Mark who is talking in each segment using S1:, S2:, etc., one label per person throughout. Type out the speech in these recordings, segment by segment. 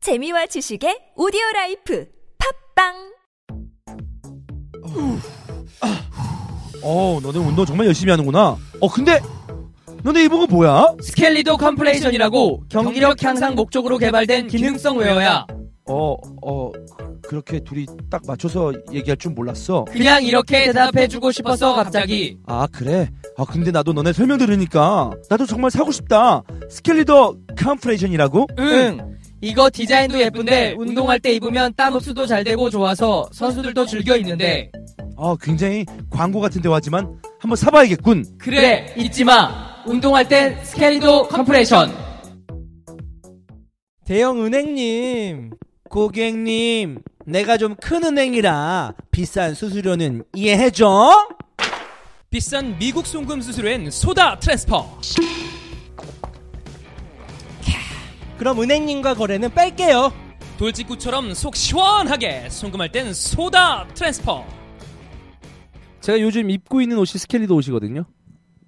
S1: 재미와 지식의 오디오 라이프 팝빵
S2: 어, 너네 운동 정말 열심히 하는구나. 어, 근데 너네 이복은 뭐야?
S3: 스켈리도 컴플레이션이라고 경기력 향상 목적으로 개발된 기능성 웨어야.
S2: 어, 어, 그렇게 둘이 딱 맞춰서 얘기할 줄 몰랐어.
S3: 그냥 이렇게 대답해주고 싶었어 갑자기.
S2: 아, 그래? 아, 근데 나도 너네 설명 들으니까 나도 정말 사고 싶다. 스켈리더 컴프레이션이라고?
S3: 응. 이거 디자인도 예쁜데 운동할 때 입으면 땀 흡수도 잘 되고 좋아서 선수들도 즐겨 입는데.
S2: 아, 굉장히 광고 같은 대화지만 한번 사봐야겠군.
S3: 그래 잊지 마. 운동할 땐 스켈리도 컴플레이션.
S4: 대형 은행님, 고객님, 내가 좀 큰 은행이라 비싼 수수료는 이해해줘?
S5: 비싼 미국 송금 수수료엔 소다 트랜스퍼
S4: 그럼 은행님과 거래는 뺄게요.
S5: 아, 돌직구처럼 속 시원하게 송금할 땐 소다 트랜스퍼
S6: 제가 요즘 입고 있는 옷이 스켈리도 옷이거든요.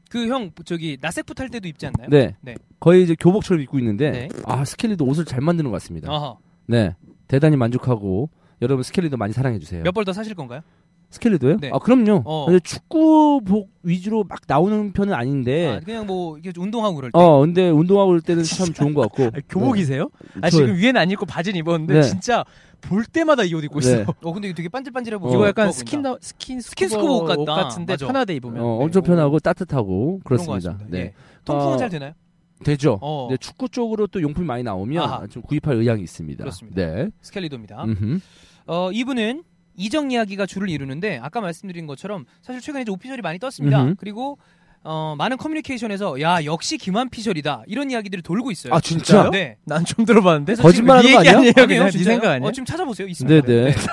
S5: 그 형 저기 나색풋 할 때도 입지 않나요?
S6: 네.
S5: 네.
S6: 거의 이제 교복처럼 입고 있는데
S5: 네.
S6: 아 스켈리도 옷을 잘 만드는 것 같습니다.
S5: 어허.
S6: 네. 대단히 만족하고 여러분 스켈리도 많이 사랑해 주세요.
S5: 몇 벌 더 사실 건가요?
S6: 스켈리도요?
S5: 네.
S6: 아 그럼요.
S5: 어.
S6: 근데 축구복 위주로 막 나오는 편은
S5: 아,
S4: 예.
S6: 아닌데.
S5: 그냥 뭐 이게 운동하고 그럴 때.
S6: 어 근데 운동하고 올 때는 참 좋은 것 같고. 네.
S7: 교복이세요?
S4: 네.
S7: 아
S6: 저-
S7: 지금 위에는 안 입고 바지는 입었는데
S6: 네.
S7: 진짜 볼 때마다 이 옷 입고 있어.
S6: 네.
S5: 어 근데 이거 되게 반질반질해 보여.
S7: 이거 약간 스킨 나, 스킨
S5: 스킨스쿠버 옷 같다.
S7: 같은데
S5: 맞아.
S7: 편하데 입으면. 네.
S6: 어, 엄청 편하고 따뜻하고
S5: 네. 그런 것
S6: 그렇습니다.
S5: 같습니다.
S6: 네.
S5: 예. 통풍은
S6: 어,
S5: 잘 되나요?
S6: 되죠.
S5: 어.
S6: 네, 축구 쪽으로 또 용품이 많이 나오면
S5: 아하.
S6: 좀 구입할 의향이 있습니다.
S5: 그렇습니다. 아.
S6: 네.
S5: 스켈리도입니다.
S6: 음흠.
S5: 어 이분은 이적 이야기가 줄을 이루는데 아까 말씀드린 것처럼 사실 최근에 이제 오피셜이 많이 떴습니다.
S6: 음흠.
S5: 그리고 어 많은 커뮤니케이션에서 야 역시 김한 피셜이다 이런 이야기들이 돌고 있어요.
S6: 아 진짜요?
S5: 네.
S7: 난 좀 들어봤는데.
S5: 그래서 지금
S6: 거짓말하는 거
S7: 얘기
S6: 아니야?
S7: 아니에요?
S5: 아니에요,
S7: 그냥 네
S5: 진짜요?
S7: 생각 아니에요?
S5: 어, 지금 찾아보세요.
S6: 네네.
S5: 있습니다.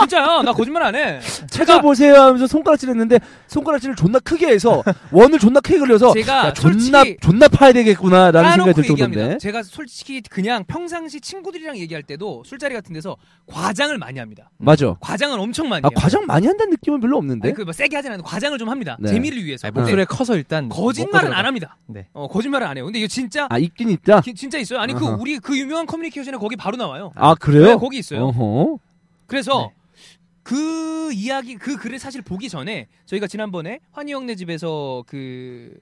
S5: 진짜야. 나 거짓말 안 해.
S6: 찾아보세요 하면서 손가락질 했는데 손가락질을 존나 크게 해서 원을 존나 크게 걸려서
S5: 제가
S6: 야, 존나
S5: 솔직히
S6: 존나 파야 되겠구나라는
S5: 까놓고
S6: 생각이 들
S5: 얘기합니다.
S6: 정도인데
S5: 제가 솔직히 그냥 평상시 친구들이랑 얘기할 때도 술자리 같은 데서 과장을 많이 합니다.
S6: 맞아
S5: 과장을 엄청 많이
S6: 아
S5: 해요.
S6: 과장 많이 한다는 느낌은 별로 없는데
S5: 네. 아니, 그뭐 세게 하진 않는데 과장을 좀 합니다.
S6: 네.
S5: 재미를 위해서.
S7: 네? 아니,
S5: 근데
S7: 목소리가 커서 일단
S5: 거짓말은 안 합니다.
S7: 네.
S5: 어, 거짓말은 안 해요. 근데 이거 진짜
S6: 아 있긴 있다
S5: 기- 진짜 있어요. 아니 그
S6: 어허.
S5: 우리 그 유명한 커뮤니케이션에 거기 바로 나와요.
S6: 아
S5: 네,
S6: 그래요
S5: 거기 있어요.
S6: 어허
S7: 네.
S5: 그래서 그 이야기 그 글을 사실 보기 전에 저희가 지난번에 환희 형네 집에서 그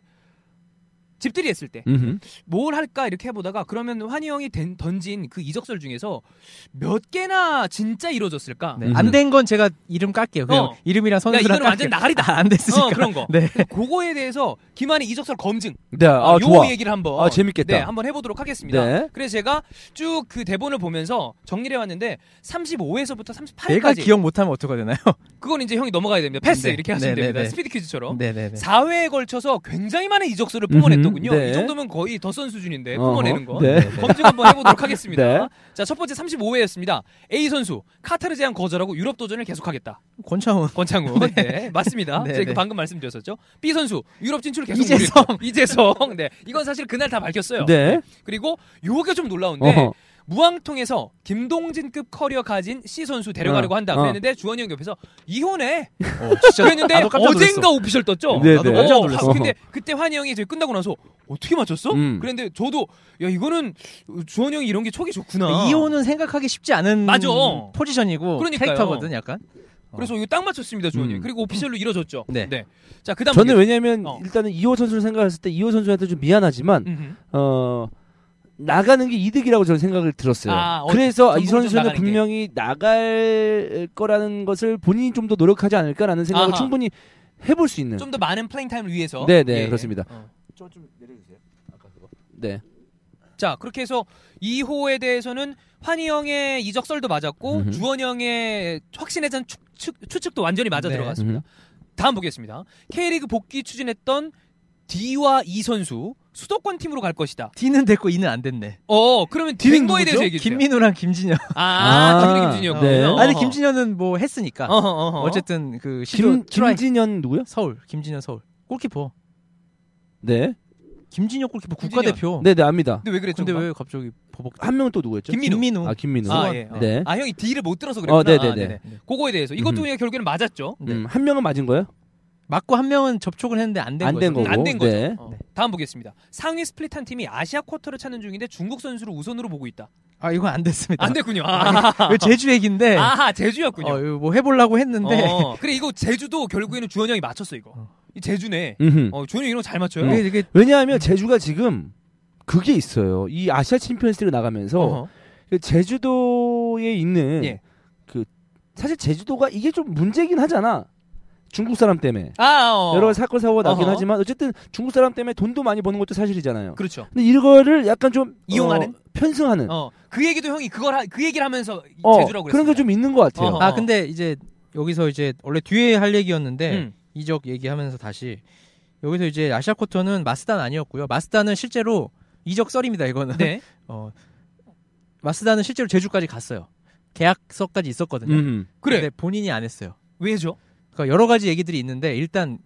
S5: 집들이 했을 때
S6: 음흠.
S5: 뭘 할까 이렇게 해보다가 그러면 환희 형이 된- 던진 그 이적설 중에서 몇 개나 진짜 이루어졌을까?
S6: 음.
S7: 안 된 건 제가 이름 깔게요. 그냥
S5: 어.
S7: 이름이랑
S5: 야
S7: 선수랑
S5: 이거는 완전 나가리다.
S7: 안 됐으니까.
S5: 어 그런 거.
S7: 네.
S5: 그거에 대해서 김한의 이적설 검증.
S6: 네, 아,
S5: 요
S6: 좋아
S5: 얘기를 한번
S6: 아, 재밌겠다.
S5: 네, 한번 해보도록 하겠습니다.
S6: 네.
S5: 그래서 제가 쭉 그 대본을 보면서 정리를 해왔는데 35에서부터 38까지
S7: 내가 기억 못하면 어떻게 되나요?
S5: 그건 이제 형이 넘어가야 됩니다. 패스
S7: 네.
S5: 이렇게 하시면
S7: 네, 네,
S5: 됩니다.
S7: 네.
S5: 스피드 퀴즈처럼.
S7: 네네네.
S5: 4회에 걸쳐서 굉장히 많은 이적서를 뿜어냈더군요.
S6: 음, 네.
S5: 이 정도면 거의 덧선 수준인데
S6: 어허.
S5: 뿜어내는 거.
S6: 네.
S5: 검증 한번 해보도록 하겠습니다.
S6: 네.
S5: 자, 첫 번째 35회였습니다. A 선수, 카타르 제안 거절하고 유럽 도전을 계속하겠다.
S7: 권창훈.
S5: 권창우. 네. 맞습니다.
S7: 네,
S5: 제가 이거
S7: 네.
S5: 방금 말씀드렸었죠. B 선수, 유럽 진출 계속
S7: 이재성.
S5: 노리고. 이재성. 네. 이건 사실 그날 다 밝혔어요.
S6: 네
S5: 그리고 요게 좀 놀라운데
S6: 어허.
S5: 무왕통에서 김동진급 커리어 가진 C 선수 데려가려고
S6: 어,
S5: 한다.
S6: 어.
S5: 그랬는데 주원이 형 옆에서 이혼해.
S7: 어, 진짜
S5: 그랬는데
S7: 나도 깜짝 놀랐어.
S5: 어젠가 오피셜 떴죠.
S6: 네, 네.
S5: 어,
S6: 깜짝
S5: 화-
S6: 놀랐어.
S5: 근데 그때 환희 형이 이제 끝나고 나서 어떻게 맞췄어?
S6: 음.
S5: 그랬는데 저도 야 이거는 주원이 형이 이런 게 촉이 좋구나.
S7: 이호는 생각하기 쉽지 않은
S5: 맞아.
S7: 포지션이고
S5: 그러니까요.
S7: 캐릭터거든 약간.
S5: 그래서 이거 딱 맞췄습니다, 주원이 형.
S6: 음.
S5: 그리고 오피셜로 이뤄졌죠.
S7: 네.
S5: 자, 그다음
S6: 저는 왜냐면
S5: 어. 음.
S6: 일단은 이호 선수를 생각했을 때 이호 선수한테 좀 미안하지만 어 나가는 게 이득이라고 저는 생각을 들었어요.
S5: 아, 어,
S6: 그래서 이
S5: 전공적
S6: 선수는
S5: 나가는 게.
S6: 분명히 나갈 거라는 것을 본인이 좀 더 노력하지 않을까라는 생각을
S5: 아하.
S6: 충분히 해볼 수 있는.
S5: 좀더 많은 플레잉 타임을 위해서.
S6: 네, 네, 그렇습니다.
S5: 어.
S6: 네.
S5: 자, 그렇게 해서 2호에 대해서는 환희 형의 이적설도 맞았고
S6: 음흠.
S5: 주원 형의 확신에 대한 추, 측도 완전히 맞아
S7: 네.
S5: 들어갔습니다. 다음 보겠습니다. K리그 복귀 추진했던 D와 E 선수 수도권 팀으로 갈 것이다.
S7: D는 됐고 E는 안 됐네.
S5: 어, 그러면 D는 거에 대해서 얘기해 주세요.
S7: 김민우랑 김진영.
S5: 아,
S6: 아,
S5: 김민우 김진영.
S6: 네.
S5: 어허.
S7: 아니 김진현은 뭐 했으니까.
S5: 어허, 어허.
S7: 어. 쨌든그 시도
S6: 김
S7: 트라이
S6: 김진현 누구요?
S7: 서울 김진현 서울 골키퍼
S6: 네.
S7: 김진현 골키퍼
S5: 김진현.
S7: 국가대표.
S6: 네, 네, 압니다.
S5: 근데 왜 그랬죠?
S7: 근데 왜 갑자기 버벅?
S6: 한 명은 또 누구였죠?
S5: 김민우.
S7: 김민우.
S6: 아, 김민우.
S5: 아, 예. 어.
S6: 네.
S5: 아, 형이 D를 못 들어서 그랬구나.
S6: 어, 네, 네,
S5: 아,
S6: 네.
S5: 그거에 대해서 이것도
S6: 음흠.
S5: 그냥 결국에는 맞았죠.
S7: 네.
S6: 음, 한 명은 맞은 거예요?
S7: 맞고 한 명은 접촉을 했는데 안 된
S6: 안 된
S7: 거죠.
S6: 거고.
S5: 안 된 거죠.
S6: 네.
S5: 어. 다음 보겠습니다. 상위 스플릿한 팀이 아시아 쿼터를 찾는 중인데 중국 선수를 우선으로 보고 있다.
S7: 아 이건 안 됐습니다.
S5: 안 됐군요. 아,
S7: 이거 제주 얘기인데
S5: 아하, 제주였군요.
S7: 어, 이거 뭐 해보려고 했는데
S5: 어, 그래 이거 제주도 결국에는 주현 형이 맞췄어 이거. 이 제주네.
S6: 음흠.
S5: 어, 주현 형 이런 거 잘 맞춰요.
S7: 이게, 이게
S6: 왜냐하면 제주가 지금 그게 있어요. 이 아시아 챔피언스리그 나가면서
S5: 어허.
S6: 그 제주도에 있는
S5: 예.
S6: 그 사실 제주도가 이게 좀 문제긴 하잖아. 중국 사람 때문에
S5: 아, 어.
S6: 여러 사건 사고 가 나긴
S5: 어허.
S6: 하지만 어쨌든 중국 사람 때문에 돈도 많이 버는 것도 사실이잖아요.
S5: 그렇죠.
S6: 근데 이거를 약간 좀
S5: 이용하는?
S6: 어,
S7: 음.
S6: 편승하는
S5: 어, 그 얘기도 형이 그걸 하- 그 얘기를 하면서
S6: 어,
S5: 제주라고 그랬어요.
S6: 그런 게 좀 있는 것 같아요.
S5: 음. 어허.
S7: 아 근데 이제 여기서 이제 원래 뒤에 할 얘기였는데
S5: 음.
S7: 이적 얘기하면서 다시 여기서 이제 아시아 쿼터는 마스단 아니었고요. 마스단은 실제로 이적 썰입니다. 이거는
S5: 네.
S7: 어, 마스다는 실제로 제주까지 갔어요. 계약서까지
S5: 네.
S7: 있었거든요.
S6: 음.
S5: 그래.
S7: 근데 본인이 안 했어요.
S5: 왜죠?
S7: 그러니까 여러 가지 얘기들이 있는데 일단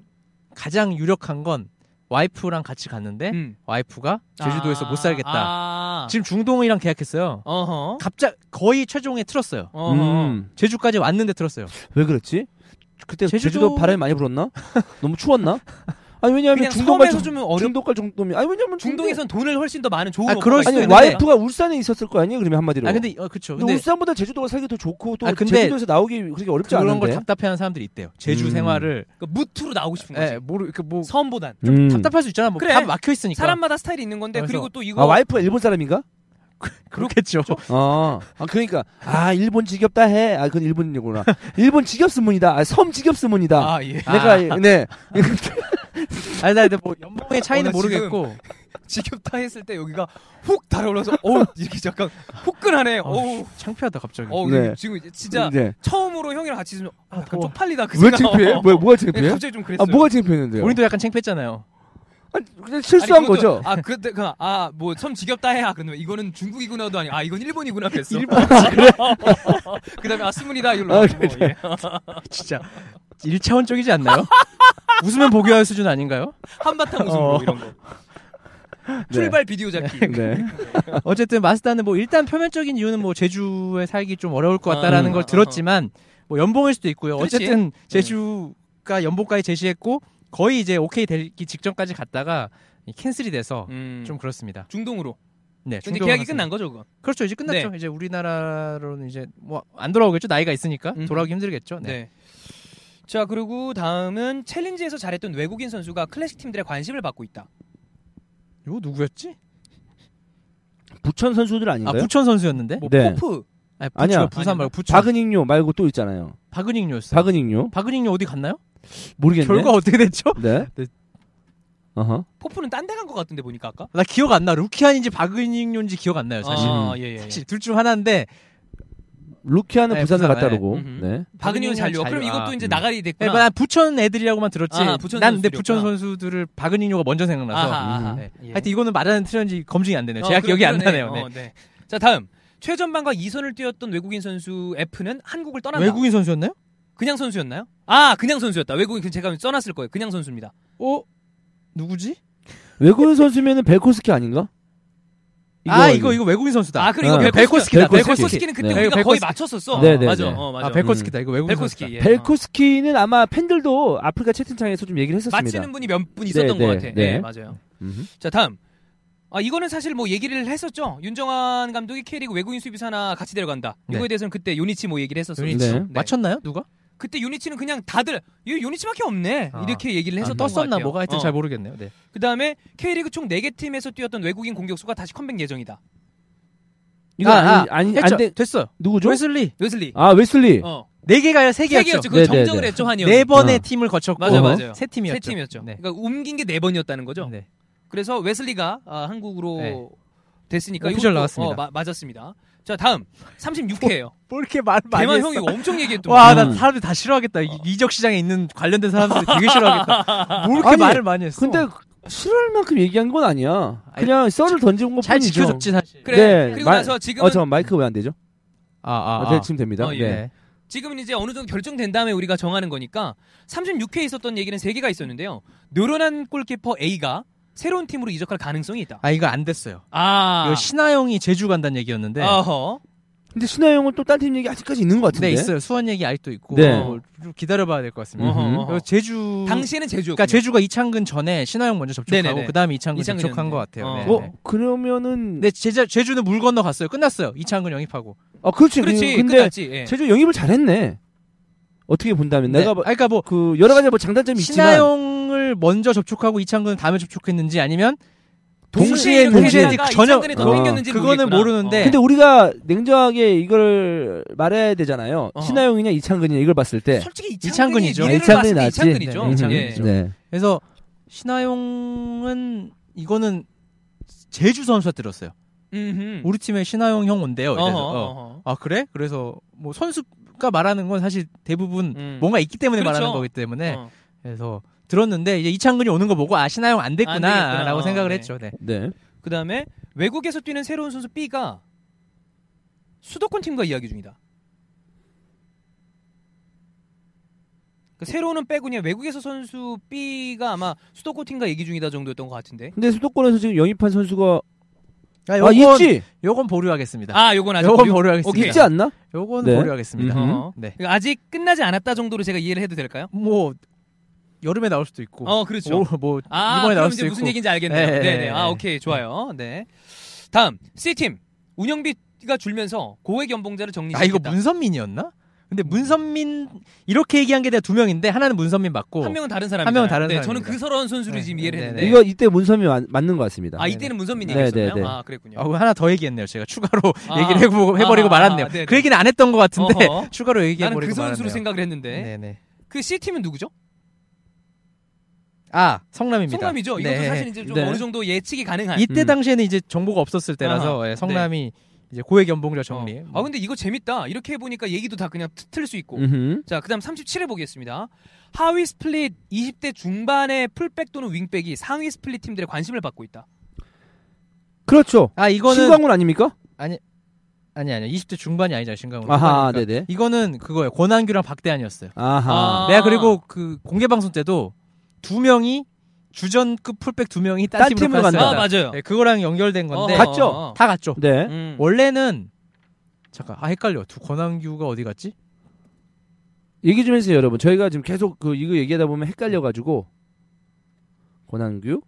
S7: 가장 유력한 건 와이프랑 같이 갔는데
S5: 음.
S7: 와이프가 네? 제주도에서
S5: 아,
S7: 못 살겠다.
S5: 아.
S7: 지금 중동이랑 계약했어요.
S5: 어허.
S7: 갑자 거의 최종에 틀었어요.
S5: 어허.
S6: 음.
S7: 제주까지 왔는데 틀었어요.
S6: 왜 그랬지? 그때 제주도,
S7: 제주도-
S6: 바람이 많이 불었나? 너무 추웠나? 아니 왜냐하면
S5: 그냥
S6: 중동 갈
S5: 중동에서
S6: 정-
S5: 좀 어려.
S6: 중동 갈 정도면 아니 왜냐면
S5: 중동에선 돈을 훨씬 더 많은 좋은
S7: 아,
S5: 업무가
S7: 그럴 수도
S6: 아니
S5: 있어요.
S7: 있는데.
S6: 와이프가 울산에 있었을 거 아니에요? 그러면 한마디로.
S7: 아 근데 어, 그쵸.
S6: 근데
S7: 근데
S6: 울산보다 제주도가 살기 더 좋고 또
S7: 아, 근데
S6: 제주도에서 나오기 그렇게 어렵지
S7: 그런
S6: 않은데.
S7: 걸 답답해하는 사람들이 있대요. 제주
S6: 음.
S7: 생활을
S5: 그러니까 무투로 나오고 싶은 거지.
S7: 예, 모르 그뭐
S5: 섬보단.
S6: 음.
S7: 답답할 수 있잖아. 뭐
S5: 그래.
S7: 다 막혀 있으니까.
S5: 사람마다 스타일이 있는 건데
S7: 그래서-
S5: 그리고 또 이거
S6: 그러니까. 아 와이프가 일본 사람인가?
S7: 그렇겠죠.
S6: 아, 아 그러니까 아 일본 지겹다 해. 아 그건 일본이구나. 일본 지겹스문이다. 아, 섬 지겹스문이다.
S5: 아, 예.
S6: 내가 네.
S7: 아니 나 근데 뭐 연봉의 차이는
S5: 어, 나 지금-
S7: 모르겠고
S5: 지겹다 했을 때 여기가 훅 달아올라서 어우 이렇게 약간 후끈하네. 어우.
S7: 창피하다 갑자기.
S5: 어,
S6: 아, 네.
S5: 지금 이제 진짜
S6: 네.
S5: 처음으로 형이랑 같이 있으면 아, 약간
S7: 더워.
S5: 쪽팔리다 그
S6: 왜
S5: 생각.
S6: 창피해?
S5: 어.
S6: 뭐 뭐가
S5: 예,
S6: 창피해?
S5: 갑자기 좀
S6: 아
S5: 그랬어요.
S6: 뭐가 창피했는데요?
S7: 우리도 약간 창피했잖아요.
S6: 아니, 그냥 실수한
S5: 아니, 그것도-
S6: 거죠.
S5: 아, 그때 그 아뭐 처음 지겹다 해야 그러면 이거는 중국이구나도 아니 아 이건 일본이구나 그랬어.
S6: 일본
S5: 그다음에 아 스물이다 이걸로.
S6: 아,
S5: 나왔고, 예.
S7: 진짜 1차원적이지 않나요? 웃으면 보교할 수준 아닌가요?
S5: 한바탕 웃음으로 뭐 이런 거. 출발 비디오 잡기.
S6: 어. 네.
S7: 어쨌든 마스다는 뭐 일단 표면적인 이유는 뭐 제주에 살기 좀 어려울 것 같다라는
S5: 음.
S7: 걸 들었지만 뭐 연봉일 수도 있고요.
S5: 그렇지. 네.
S7: 어쨌든 제주가 연봉까지 제시했고 거의 이제 오케이 되기 직전까지 갔다가 이 캔슬이 돼서
S5: 음.
S7: 좀 그렇습니다.
S5: 중동으로.
S7: 네,
S5: 근데
S7: 중동으로
S5: 계약이
S7: 갔습니다.
S5: 끝난 네. 거죠, 그거.
S7: 그렇죠. 이제 끝났죠. 이제 우리나라로는 이제 뭐 안 돌아오겠죠. 나이가 있으니까
S5: 음.
S7: 돌아오기 힘들겠죠. 네.
S5: 네. 자, 그리고 다음은 챌린지에서 잘했던 외국인 선수가 클래식 팀들의 관심을 받고 있다.
S7: 이거 누구였지?
S6: 부천 선수들
S7: 아
S6: 아닌가요?
S7: 부천 선수였는데.
S5: 뭐
S6: 네.
S5: 포프.
S7: 아니, 부천,
S6: 아니야.
S7: 부산 말고 부천.
S6: 박은익요 말고 또 있잖아요.
S7: 박은익료였어요.
S6: 박은익요
S7: 박은익료 어디 갔나요?
S6: 모르겠네.
S7: 결과 어떻게 됐죠?
S6: 네.
S7: 네.
S6: 어허.
S5: 포프는 딴 데 간 것 같은데 보니까 아까.
S7: 나 기억 안 나. 루키안인지 박은익료인지 기억 안 나요, 사실.
S5: 아, 예, 예. 예.
S7: 음. 사실 둘 중 하나인데
S6: 음. 루키아는
S7: 네,
S6: 부산을
S7: 부산,
S6: 갔다
S7: 네.
S6: 오고.
S5: 음흠.
S6: 네.
S5: 박은효 잔류.
S7: 잔류.
S5: 그럼 이것도
S7: 아,
S6: 음.
S5: 이제 나가리
S7: 네,
S5: 됐구나.
S7: 난 부천 애들이라고만 들었지.
S5: 아, 부천
S7: 난 근데
S5: 선수들이었구나.
S7: 부천 선수들을 박은익료가 먼저 생각나서.
S5: 아하, 아하.
S7: 네.
S5: 예.
S7: 하여튼 이거는 말하는 틀렸는지 검증이 안 되네요.
S5: 어,
S7: 제가 기억이 안
S5: 그러네.
S7: 나네요. 네.
S5: 어, 네. 자, 다음. 최전방과 2선을 뛰었던 외국인 선수 F는 한국을 떠난다.
S7: 외국인 선수였나요?
S5: 그냥 선수였나요? 아, 그냥 선수였다. 외국인 그 제가 써놨을 거예요. 그냥 선수입니다.
S7: 어? 누구지?
S6: 외국인 선수면은 벨코스키 아닌가?
S7: 아,
S6: 아니에요?
S7: 이거 이거 외국인 선수다.
S5: 아, 그리고
S6: 네.
S5: 이거 벨코스키다.
S6: 벨코스키.
S5: 벨코스키는 그때
S6: 네.
S5: 우리가
S7: 어, 벨코스키.
S5: 거의 맞췄었어.
S6: 네, 네,
S5: 맞아.
S6: 네.
S5: 어, 맞아.
S7: 아, 벨코스키다. 이거 외국인
S5: 벨코스키. 예.
S6: 벨코스키는 아마 팬들도 아프리카 채팅창에서 좀 얘기를 했었습니다.
S5: 맞히는 분이 몇 분 있었던
S6: 네,
S5: 것
S6: 네,
S5: 같아.
S6: 네.
S5: 네, 맞아요.
S6: 음흠.
S5: 자, 다음. 아, 이거는 사실 뭐 얘기를 했었죠. 윤정환 감독이 K리그 외국인 수비사나 같이 데려간다.
S7: 네.
S5: 이거에 대해서는 그때 요니치 뭐 얘기를 했었어요.
S6: 요니치.
S5: 네.
S7: 선수. 맞췄나요? 누가?
S5: 그때 요니치는 그냥 다들 이 요니치밖에 없네.
S7: 아.
S5: 이렇게 얘기를 해서
S7: 아,
S5: 떴었나
S7: 떴었나 뭐가 하여튼 잘 모르겠네요. 네.
S5: 어. 그다음에 K리그 총 4개 팀에서 뛰었던 외국인 공격수가 다시 컴백 예정이다.
S6: 이거
S7: 아,
S6: 아, 니 아니
S7: 했죠.
S6: 안 돼.
S7: 됐어요.
S6: 누구죠?
S7: 웨슬리
S5: 웨슬리.
S6: 아 웨슬리.
S5: 어.
S7: 네 개가요, 세
S5: 세 개였죠.
S7: 개였죠.
S6: 네,
S5: 그 정정을
S6: 네,
S5: 했죠, 한이 형.
S7: 네 번의
S6: 어.
S7: 팀을 거쳤고
S5: 맞아,
S6: 어허.
S5: 맞아요.
S7: 세 팀이었죠.
S5: 세 팀이었죠.
S7: 네.
S5: 그러니까 옮긴 게 네 번이었다는 거죠.
S7: 네.
S5: 그래서 웨슬리가 아, 한국으로
S7: 네.
S5: 됐으니까
S7: 오피셜
S5: 이것도-
S7: 나왔습니다.
S5: 어, 마- 맞았습니다. 자, 다음. 36회예요.
S7: 뭘 이렇게 말 많이
S5: 대만
S7: 했어?
S5: 형이 엄청 얘기했던
S7: 와, 나
S6: 음.
S7: 사람들 다 싫어하겠다. 이- 이적 시장에 있는 관련된 사람들 되게 싫어하겠다. 뭘 이렇게
S6: 아니,
S7: 말을 많이 했어?
S6: 근데 싫어할 만큼 얘기한 건 아니야.
S7: 아니,
S6: 그냥 썰을 던진 것
S7: 잘
S6: 뿐이죠.
S7: 지켜줬지 사실.
S5: 그래.
S6: 네,
S5: 그리고
S6: 말-
S5: 나서 지금은
S6: 어, 잠깐 마이크 왜 안 되죠?
S7: 아, 아,
S6: 아, 네, 지금 됩니다.
S5: 어, 예.
S6: 네.
S5: 지금은 이제 어느 정도 결정된 다음에 우리가 정하는 거니까 36회에 있었던 얘기는 세개가 있었는데요. 노련한 골키퍼 A가 새로운 팀으로 이적할 가능성이 있다.
S7: 아, 이거 안 됐어요. 네.
S5: 아.
S7: 이거 신하영이 제주 간다는 얘기였는데
S5: 어허.
S6: 근데 신하 형은 또 딴 팀 얘기 아직까지 있는 것 같은데.
S7: 네 있어요. 수원 얘기 아직도 있고
S6: 네.
S7: 어, 좀 기다려봐야 될 것 같습니다.
S6: 어허,
S5: 어허.
S7: 그리고 제주
S5: 당시에는 제주였군요.
S7: 그러니까 제주가 이창근 전에 신화영 먼저
S5: 네네네.
S7: 접촉하고 그 다음에 이창근
S5: 이창근이었네.
S7: 접촉한 것 같아요.
S5: 어.
S7: 네네. 네.
S6: 어 그러면은
S7: 근데 제자, 제주는 물 건너 갔어요. 끝났어요. 이창근 영입하고.
S6: 아 그렇지.
S5: 그렇지.
S6: 근데
S5: 끝났지. 예.
S6: 제주 영입을 잘했네. 어떻게 본다면
S7: 네.
S6: 내가
S7: 아, 그러니까 뭐
S6: 그 여러 가지 뭐 장단점이 있지만
S7: 신하영을 먼저 접촉하고 이창근을 다음에 접촉했는지 아니면
S5: 동시에
S7: 동시에
S5: 동시에
S7: 전혀-
S5: 전혀 그 더
S6: 어.
S5: 땡겼는지
S7: 그거는
S5: 예.
S7: 모르는데
S6: 근데 우리가 냉정하게 이걸 말해야 되잖아요.
S5: 어.
S6: 신하용이냐 이창근이냐 이걸 봤을 때
S5: 솔직히
S7: 이창근이죠.
S5: 이창근이죠.
S6: 이창근이 낫지.
S5: 이창근이죠. 예. 이창근.
S7: 네, 이창근이죠.
S6: 네.
S7: 그래서 신하영은 이거는 제주 선수가 들었어요.
S5: 음흠.
S7: 우리 팀에 신하영 형 온대요. 이래서.
S5: 어허,
S7: 어.
S5: 어허.
S7: 아 그래? 그래서 뭐 선수가 말하는 건 사실 대부분
S5: 음.
S7: 뭔가 있기 때문에
S5: 그렇죠.
S7: 말하는 거기 때문에
S5: 어.
S7: 그래서 들었는데 이제 이창근이 오는 거 보고 아 신하영 안
S5: 되겠구나.
S7: 됐구나라고
S5: 어,
S7: 생각을
S5: 네.
S7: 했죠. 네.
S6: 네.
S5: 그다음에 외국에서 뛰는 새로운 선수 B가 수도권 팀과 이야기 중이다. 그 새로는 빼고 그냥 외국에서 선수 B가 아마 수도권 팀과 얘기 중이다 정도였던 것 같은데.
S6: 근데 수도권에서 지금 영입한 선수가
S7: 아,
S6: 아 있지
S7: 요건 보류하겠습니다.
S5: 아, 요건 아직
S7: 네. 요건
S5: 모르-
S7: 보류하겠습니다.
S5: 오케이.
S6: 있지 않나?
S7: 요건
S6: 네.
S7: 보류하겠습니다.
S6: 음.
S5: 어허.
S7: 네.
S5: 이거 아직 끝나지 않았다 정도로 제가 이해를 해도 될까요?
S7: 뭐 여름에 나올 수도 있고.
S5: 어, 그렇죠.
S7: 오, 뭐
S5: 아, 그럼
S7: 이번에 나올
S5: 이제
S7: 수도
S5: 무슨
S7: 있고.
S5: 얘기인지 알겠네요.
S7: 예, 예,
S5: 네, 네. 아,
S7: 예.
S5: 오케이. 좋아요. 네. 다음 C팀 운영비가 줄면서 고액 연봉자를 정리
S7: 아 이거 문선민이었나?
S5: 음.
S7: 근데 문선민 이렇게 얘기한 게 내가 두 명인데 하나는 문선민 맞고
S5: 한 명은 다른 사람이다.
S7: 한 명은 다른
S5: 네, 저는
S7: 사람입니다.
S5: 그 서러운 선수를 지금
S7: 네,
S5: 이해를
S7: 네,
S5: 했는데.
S7: 네.
S6: 이거 이때 문섬이 맞- 맞는 것 같습니다.
S5: 아 이때는 문선민이
S6: 네,
S5: 얘기했었나요?
S6: 네, 네.
S5: 아 그랬군요.
S7: 아, 그거 하나 더 얘기했네요. 제가 추가로
S5: 아,
S7: 얘기를 해보, 해버리고
S5: 아,
S7: 말았네요.
S5: 아, 네네.
S7: 그 얘기는 안 했던 것 같은데
S5: 어허.
S7: 추가로 얘기해버리고
S5: 나는 그 선수로
S7: 말았네요.
S5: 생각을 했는데
S7: 네네.
S5: 그 C 팀은 누구죠?
S7: 아 성남입니다.
S5: 성남이죠.
S7: 네.
S5: 이것도 사실 이제 좀
S6: 네.
S5: 어느 정도 예측이 가능한. 어.
S7: 이때
S6: 음.
S7: 당시에는 이제 정보가 없었을 때라서 예, 성남이 이제 고액 연봉자 정리.
S5: 네. 어. 아 근데 이거 재밌다. 이렇게 해보니까 얘기도 다 그냥 틀 수 있고.
S6: 음흠.
S5: 자 그다음 37회 보겠습니다. 하위 스플릿 20대 중반의 풀백 또는 윙백이 상위 스플릿 팀들의 관심을 받고 있다.
S6: 그렇죠.
S7: 아 이거는
S6: 신광훈 아닙니까?
S7: 아니 아니 20대 중반이 아니잖아
S5: 뭐,
S7: 신강훈.
S6: 아하, 네네.
S7: 이거는 그거예요. 권한규랑 박대한이었어요.
S6: 아하.
S5: 아.
S7: 내가 그리고 그 공개 방송 때도 두 명이 주전급 풀백 두 명이 딴,
S6: 딴
S7: 팀으로
S6: 팀으로
S7: 갔어요.
S6: 간다.
S5: 아 맞아요.
S7: 네, 그거랑 연결된 건데
S5: 어,
S6: 갔죠?
S5: 어, 어.
S7: 다 갔죠.
S6: 네.
S5: 음.
S7: 원래는 잠깐 아 헷갈려. 두 권한규가 어디 갔지?
S6: 얘기 좀 해주세요, 여러분. 저희가 지금 계속 그 이거 얘기하다 보면 헷갈려가지고 권한규,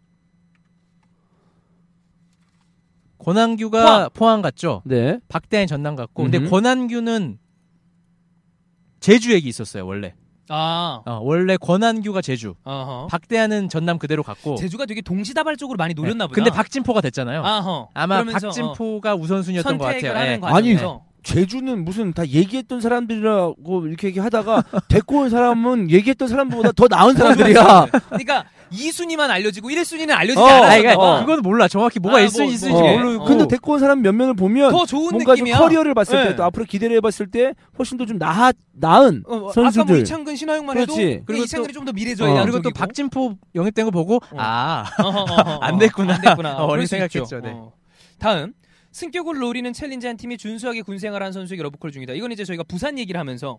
S7: 권한규가
S5: 포항.
S7: 포항, 갔죠.
S6: 네,
S7: 박대한 전남 갔고. 근데
S6: 음흠. 얘기는
S7: 권한규는 제주 얘기 있었어요 원래.
S5: 아
S7: 어, 원래 권한규가 제주.
S5: 어허.
S7: 박대한은 전남 그대로 갔고.
S5: 제주가 되게 동시다발적으로 많이 노렸나
S7: 네.
S5: 보다.
S7: 근데 박진포가 됐잖아요.
S5: 아허.
S7: 아마
S5: 그러면서, 어,
S7: 박진포가 우선순위였던 것
S5: 선택을
S7: 같아요. 예.
S5: 하는
S6: 아니,
S5: 과정에서
S6: 제주는 무슨 다 얘기했던 사람들이라고 이렇게 얘기하다가 데리고 온 사람은 얘기했던 사람보다 더 나은 사람들이야.
S5: 그러니까 2순위만 알려지고 1순위는 알려지지
S6: 어,
S5: 않았어.
S7: 아, 그러니까
S6: 어.
S7: 그건 몰라. 정확히 뭐가
S5: 아,
S7: 있을
S5: 뭐,
S7: 있을지
S5: 뭐.
S6: 어.
S7: 모르고.
S6: 근데 데리고 온 사람 몇 명을 보면
S5: 더 좋은
S6: 어. 뭔가 좀
S5: 느낌이야.
S6: 커리어를 봤을
S5: 네.
S6: 때 또 앞으로 기대를 해봤을 때 훨씬 더 좀 나아, 나은
S5: 어, 어, 아까 뭐
S6: 선수들.
S5: 이창근 신화용만 해도
S6: 그렇지.
S5: 그
S7: 그리고
S5: 이창근이 좀 더
S6: 어.
S5: 미래적이야.
S7: 그리고 또 박진포 영입된 거 보고 아
S5: 안
S7: 안 됐구나.
S5: 어, 안 됐구나.
S7: 어,
S5: 그럴
S7: 어린
S5: 수 있죠.
S7: 생각했죠, 네.
S5: 어. 다음 승격을 노리는 챌린지한 팀이 준수하게 군생활한 선수에게 러브콜 중이다. 이건 이제 저희가 부산 얘기를 하면서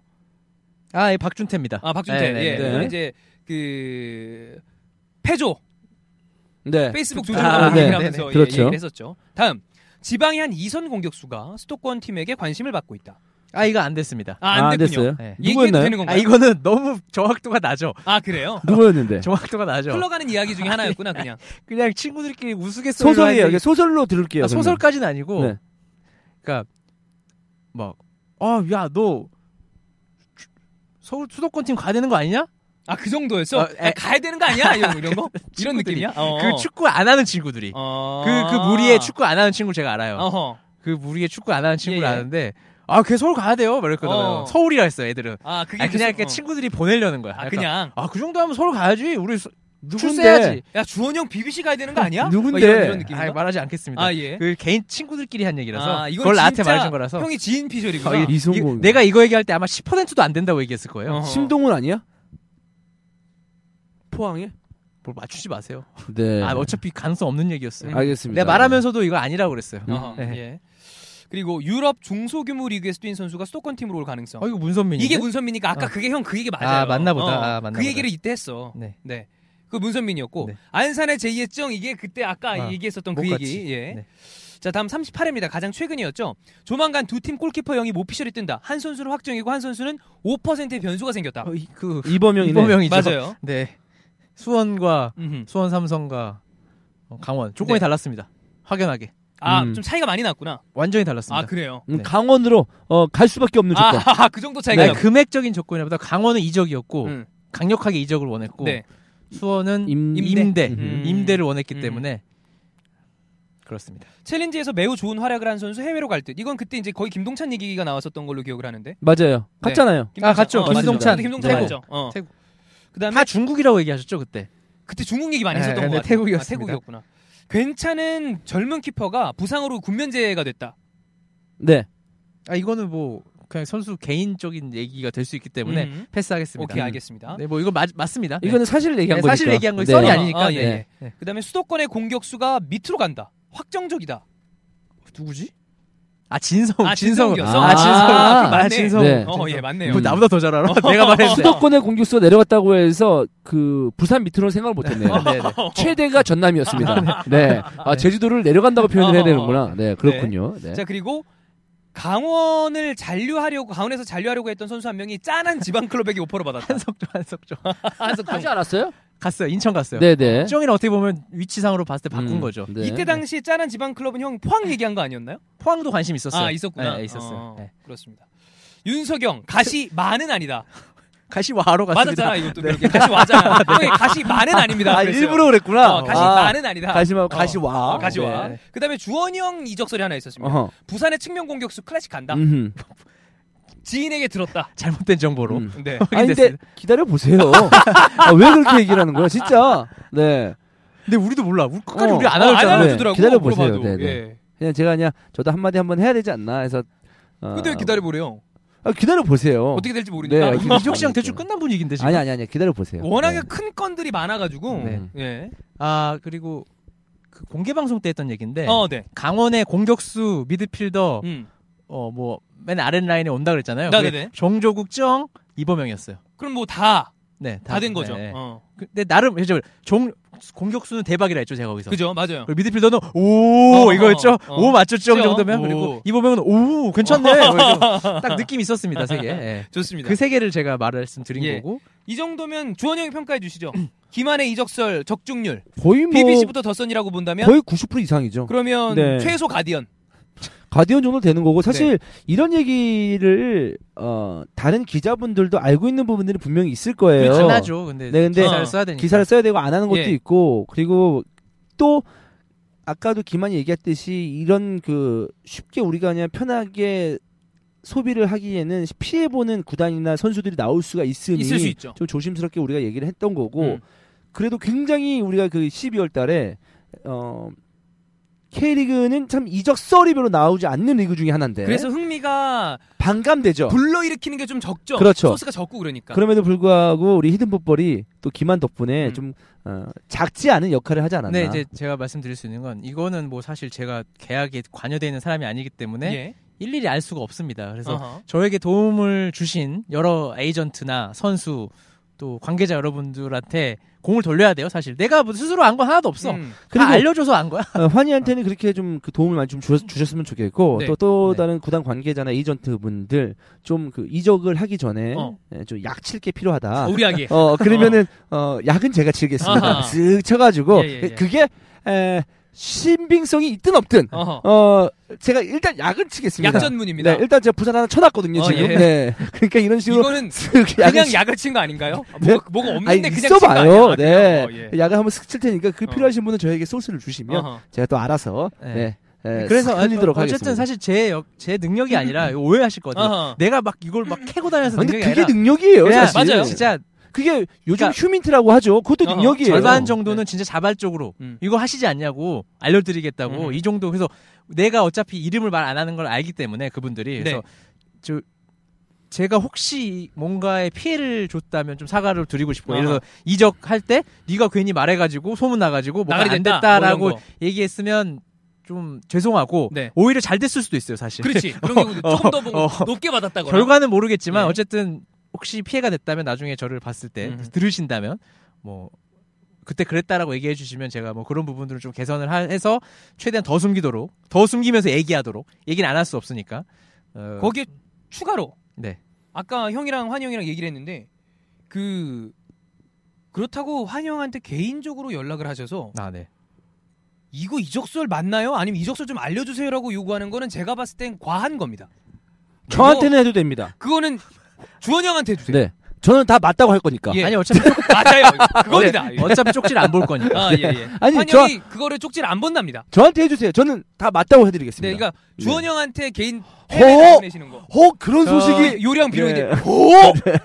S7: 아, 예, 박준태입니다.
S5: 아 박준태
S7: 네, 네,
S5: 예,
S7: 네.
S5: 이건 이제 그 패조
S6: 네.
S5: 페이스북
S6: 아,
S5: 조작을
S6: 네,
S5: 얘기를 하면서
S7: 네,
S5: 예,
S6: 그렇죠.
S5: 얘기를 했었죠. 다음 지방의 한 2선 공격수가 수도권 팀에게 관심을 받고 있다.
S7: 아, 이거 안 됐습니다.
S5: 아, 안
S6: 아,
S5: 됐군요.
S6: 됐어요.
S7: 예.
S5: 얘기해도
S6: 누구였나요?
S5: 되는
S7: 아,
S5: 건가요?
S7: 이거는 너무 정확도가 나죠.
S5: 아 그래요?
S6: 누구였는데?
S7: 정확도가 나죠.
S5: 흘러가는 이야기
S7: 아,
S5: 중에 하나였구나
S7: 네.
S5: 그냥.
S7: 그냥 친구들끼리 우스갯소리로
S6: 소설이에요.
S7: 하는데
S6: 이게 소설로 들을게요.
S7: 아,
S6: 그러면.
S7: 소설까지는 아니고
S6: 네.
S7: 그러니까 막 아, 야, 너 주- 서울 수도권 팀 가야 되는 거 아니냐?
S5: 아 그 정도였어?
S7: 어, 에.
S5: 아, 가야 되는 거 아니야? 이런, 이런 거? 이런
S7: 친구들이.
S5: 느낌이야? 어.
S7: 그 축구 안 하는 친구들이.
S5: 어.
S7: 그 그 무리에 축구 안 하는 친구 제가 알아요.
S5: 어허.
S7: 그 무리에 축구 안 하는 친구를
S5: 예, 예.
S7: 아는데 아, 걔 서울 가야 돼요. 막 이랬거든요.
S5: 어.
S7: 서울이라 했어요, 애들은.
S5: 아 그게
S7: 아니, 그냥
S5: 계속-
S7: 이렇게 친구들이 보내려는 거야.
S5: 어. 아
S7: 약간,
S5: 그냥.
S7: 아, 그 정도 하면 서울 가야지. 우리 수-
S6: 누군데?
S7: 출세해야지.
S5: 야 주원 형 BBC 가야 되는 거 아니야?
S6: 누군데?
S5: 막 이런, 이런 느낌인가?
S7: 네. 아, 말하지 않겠습니다.
S5: 아, 예.
S7: 그 개인 친구들끼리 한 얘기라서
S5: 아, 이건
S7: 그걸 나한테
S5: 진짜
S7: 말해준 거라서 어,
S5: 형이 지인 피셜이구나.
S6: 아, 이-
S7: 이-
S6: 이성공.
S7: 내가 이거 얘기할 때 아마 10%도 안 된다고 얘기했을 거예요.
S5: 어허.
S6: 심동훈 아니야? 포항에?
S7: 뭘 맞추지 마세요.
S6: 네.
S7: 아, 어차피 가능성 없는 얘기였어요.
S5: 음.
S6: 알겠습니다.
S7: 내가 말하면서도 이거 아니라고 그랬어요.
S5: 어허,
S7: 네.
S5: 예. 그리고 유럽 중소규모 리그에서 뛴 선수가 수도권 팀으로 올 가능성.
S7: 어, 이거 문선민이.
S5: 이게 문선민이니까 아까
S7: 어.
S5: 그게 형 그 얘기 맞아요.
S7: 아, 맞나 보다.
S5: 어,
S7: 아, 맞나
S5: 그
S7: 보다.
S5: 얘기를 이때 했어.
S7: 네.
S5: 네. 그 문선민이었고
S7: 네.
S5: 안산의 제2의 정 이게 그때 아까
S7: 아,
S5: 얘기했었던 그
S7: 목같이.
S5: 얘기. 예.
S7: 네.
S5: 자 다음 38회입니다. 가장 최근이었죠. 조만간 두 팀 골키퍼 영입 오피셜이 뜬다. 한 선수는 확정이고 한 선수는 5%의 변수가 생겼다.
S7: 어, 이- 그
S6: 이범영이네.
S7: 이범영이죠.
S5: 맞아요.
S7: 네. 수원과
S5: 음흠.
S7: 수원 삼성과 어, 강원 조건이
S5: 네.
S7: 달랐습니다. 확연하게
S5: 아,
S6: 음.
S5: 좀 차이가 많이 났구나.
S7: 완전히 달랐습니다.
S5: 아, 그래요.
S6: 음,
S7: 네.
S6: 강원으로 어, 갈 수밖에 없는 조건.
S5: 아, 그 정도 차이가
S7: 네,
S5: 났고.
S7: 금액적인 조건이라보다 강원은 이적이었고
S5: 음.
S7: 강력하게 이적을 원했고
S5: 네.
S7: 수원은
S6: 임-
S7: 임대
S5: 음.
S7: 임대. 를 원했기
S5: 음.
S7: 때문에 그렇습니다.
S5: 챌린지에서 매우 좋은 활약을 한 선수 해외로 갈 듯. 이건 그때 이제 거의 김동찬 얘기가 나왔었던 걸로 기억을 하는데.
S6: 맞아요. 갔잖아요.
S5: 김동찬.
S7: 아, 갔죠.
S5: 어, 맞아요.
S7: 김동찬. 네.
S5: 김동찬
S7: 태국.
S5: 맞죠. 어.
S7: 태국.
S5: 그다음에
S7: 다 중국이라고 얘기하셨죠 그때.
S5: 그때 중국 얘기 많이
S7: 네,
S5: 했었던
S7: 네,
S5: 것 같아요.
S7: 태국이었습니다.
S5: 아, 태국이었구나. 괜찮은 젊은 키퍼가 부상으로 군면제가 됐다.
S6: 네.
S7: 아 이거는 뭐 그냥 선수 개인적인 얘기가 될 수 있기 때문에
S5: 음.
S7: 패스하겠습니다.
S5: 오케이, 알겠습니다.
S7: 네, 뭐 이거 맞, 맞습니다. 네.
S6: 이거는 사실 얘기한
S7: 네,
S6: 거니까.
S7: 사실 얘기한 거
S6: 네.
S7: 썰이
S5: 아,
S7: 아니니까.
S5: 아, 예,
S7: 네. 네.
S5: 그다음에 수도권의 공격수가 밑으로 간다. 확정적이다.
S7: 누구지? 아 진성.
S5: 아, 진성이었어?
S7: 아 진성.
S6: 아,
S7: 아,
S5: 맞네.
S7: 진성.
S6: 네.
S5: 어, 예, 맞네요. 어.
S7: 뭐 나보다 더 잘 알아. 내가 말했는데.
S6: 수도권의 공격수가 내려갔다고 해서 그 부산 밑으로 생각을 못했네요.
S7: 네, 네.
S6: 최대가 전남이었습니다. 네. 아, 제주도를 내려간다고 표현을 해야 되는구나. 네, 그렇군요. 네.
S5: 자 그리고 강원을 잔류하려고 강원에서 잔류하려고 했던 선수 한 명이 짠한 지방 클럽에게 오퍼를 받았다.
S7: 한석조, 한석조.
S6: 하지 않았어요?
S7: 갔어요. 인천 갔어요.
S6: 네, 네.
S7: 정이는 어떻게 보면 위치상으로 봤을 때 바꾼
S6: 음,
S7: 거죠.
S6: 네.
S5: 이때 당시 짠한 지방 클럽은 형 포항 얘기한 거 아니었나요?
S7: 포항도 관심 있었어요.
S5: 아 있었구나.
S7: 네, 있었어요.
S5: 어,
S7: 네. 그-
S5: 그렇습니다. 윤석영 가시 만은 아니다.
S7: 가시와로 갔습니다.
S5: 맞았잖아 이것도 이렇게 가시 와잖아. 형이 가시 만은 아닙니다.
S6: 네. 아,
S5: 그랬어요.
S6: 일부러 그랬구나.
S5: 어, 가시
S6: 아,
S5: 만은 아니다.
S6: 가시, 마, 가시 와.
S5: 어, 가시 와.
S7: 네.
S5: 그다음에 주원이 형 이적 소리 하나 있었습니다.
S6: 어허.
S5: 부산의 측면 공격수 클래식 간다.
S6: 음흠.
S5: 지인에게 들었다.
S7: 잘못된 정보로.
S6: 음.
S5: 네.
S6: 아니, 근데
S7: 확인됐습니다.
S6: 기다려 보세요. 아, 왜 그렇게 얘기를 하는 거야, 진짜? 네.
S7: 근데 우리도 몰라. 우리 끝까지
S6: 어.
S7: 우리 안
S5: 어, 안
S7: 알았잖아.
S6: 알아요.
S7: 요
S5: 알려주더라고.
S6: 기다려 보세요. 네,
S5: 물어봐도.
S6: 네.
S5: 예.
S6: 그냥 제가 그냥 저도 한마디 한번 해야 되지 않나 해서. 어,
S5: 근데 왜 기다려 보래요?
S6: 아, 기다려 보세요.
S5: 어떻게 될지 모르니까.
S6: 네, 알겠습니다.
S7: 이적 시장 대충 끝난 분위기인데 지금.
S6: 아니, 아니, 아니, 기다려 보세요.
S5: 워낙에 큰 건들이 많아가지고.
S6: 네.
S5: 예.
S7: 아 그리고 그 공개 방송 때 했던 얘기인데
S5: 어, 네.
S7: 강원의 공격수 미드필더
S5: 음.
S7: 어 뭐 맨 아랫 라인에 온다 그랬잖아요.
S5: 네,
S7: 그게
S5: 네, 네.
S7: 정조국 정 이범영이었어요.
S5: 그럼 뭐 다,
S7: 네, 다-
S5: 다 된 거죠.
S7: 네, 네.
S5: 어.
S7: 근데 나름 이제 종 공격수는 대박이라 했죠 제가 거기서.
S5: 그죠, 맞아요.
S7: 어. 그리고 미드필더는 오
S5: 어,
S7: 이거였죠.
S5: 어, 어.
S7: 오 맞췄죠
S5: 그죠?
S7: 정도면
S5: 오.
S7: 그리고 이범영은 오 괜찮네. 뭐 이렇게 딱 느낌 이 있었습니다 세 개. 예.
S5: 좋습니다.
S7: 그 세 개를 제가 말씀드린
S5: 예.
S7: 거고.
S5: 이 정도면 주원이 형이 평가해 주시죠. 김한의 이적설 적중률.
S6: 거의 뭐.
S5: BBC부터 더선이라고 본다면.
S6: 거의 90% 이상이죠.
S5: 그러면
S6: 네.
S5: 최소 가디언.
S6: 가디언 정도 되는 거고 사실
S5: 네.
S6: 이런 얘기를 어 다른 기자분들도 알고 있는 부분들이 분명히 있을 거예요.
S7: 안 하죠. 근데,
S6: 네, 근데
S7: 기사를
S5: 어.
S7: 써야 되니까.
S6: 기사를 써야 되고 안 하는 것도
S5: 예.
S6: 있고 그리고 또 아까도 김한이 얘기했듯이 이런 그 쉽게 우리가 그냥 편하게 소비를 하기에는 피해보는 구단이나 선수들이 나올 수가 있으니
S5: 있을 수 있죠.
S6: 좀 조심스럽게 우리가 얘기를 했던 거고
S5: 음.
S6: 그래도 굉장히 우리가 그 12월 달에 어 K리그는 참 이적 썰이 별로 나오지 않는 리그 중에 하나인데
S5: 그래서 그러니까. 흥미가
S6: 반감되죠.
S5: 그렇죠. 불러일으키는 게 좀 적죠.
S6: 그렇죠.
S5: 소스가 적고 그러니까.
S6: 그럼에도 불구하고 우리 히든 풋볼이 또 김한 덕분에
S5: 음.
S6: 좀 어, 작지 않은 역할을 하지 않았나.
S7: 네, 이제 제가 말씀드릴 수 있는 건 이거는 뭐 사실 제가 계약에 관여되어 있는 사람이 아니기 때문에
S6: 네.
S5: 예.
S7: 일일이 알 수가 없습니다. 그래서
S5: 어허.
S7: 저에게 도움을 주신 여러 에이전트나 선수 또 관계자 여러분들한테 공을 돌려야 돼요. 사실 내가 뭐 스스로 안 건 하나도 없어.
S5: 음.
S7: 다
S6: 그리고-
S7: 알려줘서 안 거야.
S6: 어, 환희한테는 그렇게 좀 그 도움을 많이 좀 주셨, 으면 좋겠고
S5: 네.
S6: 또 또
S7: 네.
S6: 다른 구단 관계자나 에이전트 분들 좀 그 이적을 하기 전에
S5: 어.
S6: 예, 좀 약칠 게 필요하다.
S5: 아, 우리 하기.
S6: 어 그러면은 어 약은 제가 치르겠습니다.
S5: 아하.
S6: 쓱 쳐가지고
S5: 예, 예, 예.
S6: 그게 에, 신빙성이 있든 없든
S5: 어허.
S6: 어 제가 일단 약은 치겠습니다.
S5: 약전문입니다.
S6: 네, 일단 제가 부산 하나 쳐놨거든요
S5: 어,
S6: 지금.
S5: 예.
S6: 네, 그러니까 이런 식으로
S5: 이거는
S6: 쓱 약을
S5: 그냥
S6: 치-
S5: 약을 친 거 아닌가요? 아,
S6: 네.
S5: 뭐가, 뭐가 없는데
S6: 아니
S5: 그냥 친거 아니야?
S6: 있어봐요.
S5: 아,
S6: 네,
S5: 그래요? 어, 예.
S6: 약을 한번 쓱칠 테니까 그
S5: 어.
S6: 필요하신 분은 저에게 소스를 주시면 뭐
S5: 어허. 예.
S6: 제가 또 알아서
S7: 네.
S6: 네. 에,
S7: 그래서
S6: 싹 흘리도록
S7: 어쨌든
S6: 하겠습니다. 음,
S7: 사실 제, 역- 제 능력이 아니라 이거 오해하실 거거든요.
S5: 어허.
S7: 내가 막 이걸 막 캐고 다녀서
S6: 근데
S7: 능력이
S6: 그게
S7: 아니라
S6: 능력이에요, 예.
S7: 그냥
S6: 사실.
S5: 예, 맞아요.
S7: 진짜
S6: 그게 요즘
S7: 그러니까-
S6: 휴민트라고 하죠. 그것도
S5: 어허,
S6: 능력이에요.
S7: 절반
S6: 예.
S7: 정도는 진짜 자발적으로
S5: 음.
S7: 이거 하시지 않냐고 알려드리겠다고
S5: 음.
S7: 이 정도 그래서 내가 어차피 이름을 말 안 하는 걸 알기 때문에 그분들이
S5: 네.
S7: 그래서 저 제가 혹시 뭔가에 피해를 줬다면 좀 사과를 드리고 싶고 예를 들어 이적할 때 네가 괜히 말해가지고 소문 나가지고 뭐가
S5: 나가리
S7: 안
S5: 된다,
S7: 됐다라고
S5: 뭐 이런 거.
S7: 얘기했으면 좀 죄송하고
S5: 네. 그렇죠.
S7: 오히려 잘 됐을 수도 있어요 사실
S5: 그렇지. 그런 경우도 조금 더 보고
S7: 어,
S5: 높게 받았다거나.
S7: 결과는 모르겠지만
S5: 예.
S7: 어쨌든 혹시 피해가 됐다면 나중에 저를 봤을 때
S5: 음.
S7: 들으신다면 뭐 그때 그랬다라고 얘기해 주시면 제가 뭐 그런 부분들을 좀 개선을 하- 해서 최대한 더 숨기도록 더 숨기면서 얘기하도록 얘기는 안 할 수 없으니까 어,
S5: 거기에 추가로
S7: 네.
S5: 아까 형이랑 환영이랑 얘기를 했는데 그 그렇다고 환영한테 개인적으로 연락을 하셔서
S7: 아, 네.
S5: 이거 이적설 맞나요? 아니면 이적설 좀 알려주세요라고 요구하는 거는 제가 봤을 땐 과한 겁니다.
S6: 저한테는 해도 됩니다.
S5: 그거는 주원 형한테 해주세요.
S6: 네. 저는 다 맞다고 할 거니까.
S5: 예.
S7: 아니 어차피
S5: 맞아요. 그겁니다. 예.
S7: 어차피 쪽지를 안 볼 거니까
S5: 아, 예, 예.
S6: 아니,
S5: 환영이 그거를 쪽지를 안 본답니다.
S6: 저한테 해주세요. 저는 다 맞다고 해드리겠습니다.
S5: 네, 그러니까 주원 형한테 개인
S6: 허어!
S5: 해외 보내시는 거.
S6: 어 그런
S7: 저-
S6: 소식이 예. 어? 네,
S5: 요리랑 비용인데.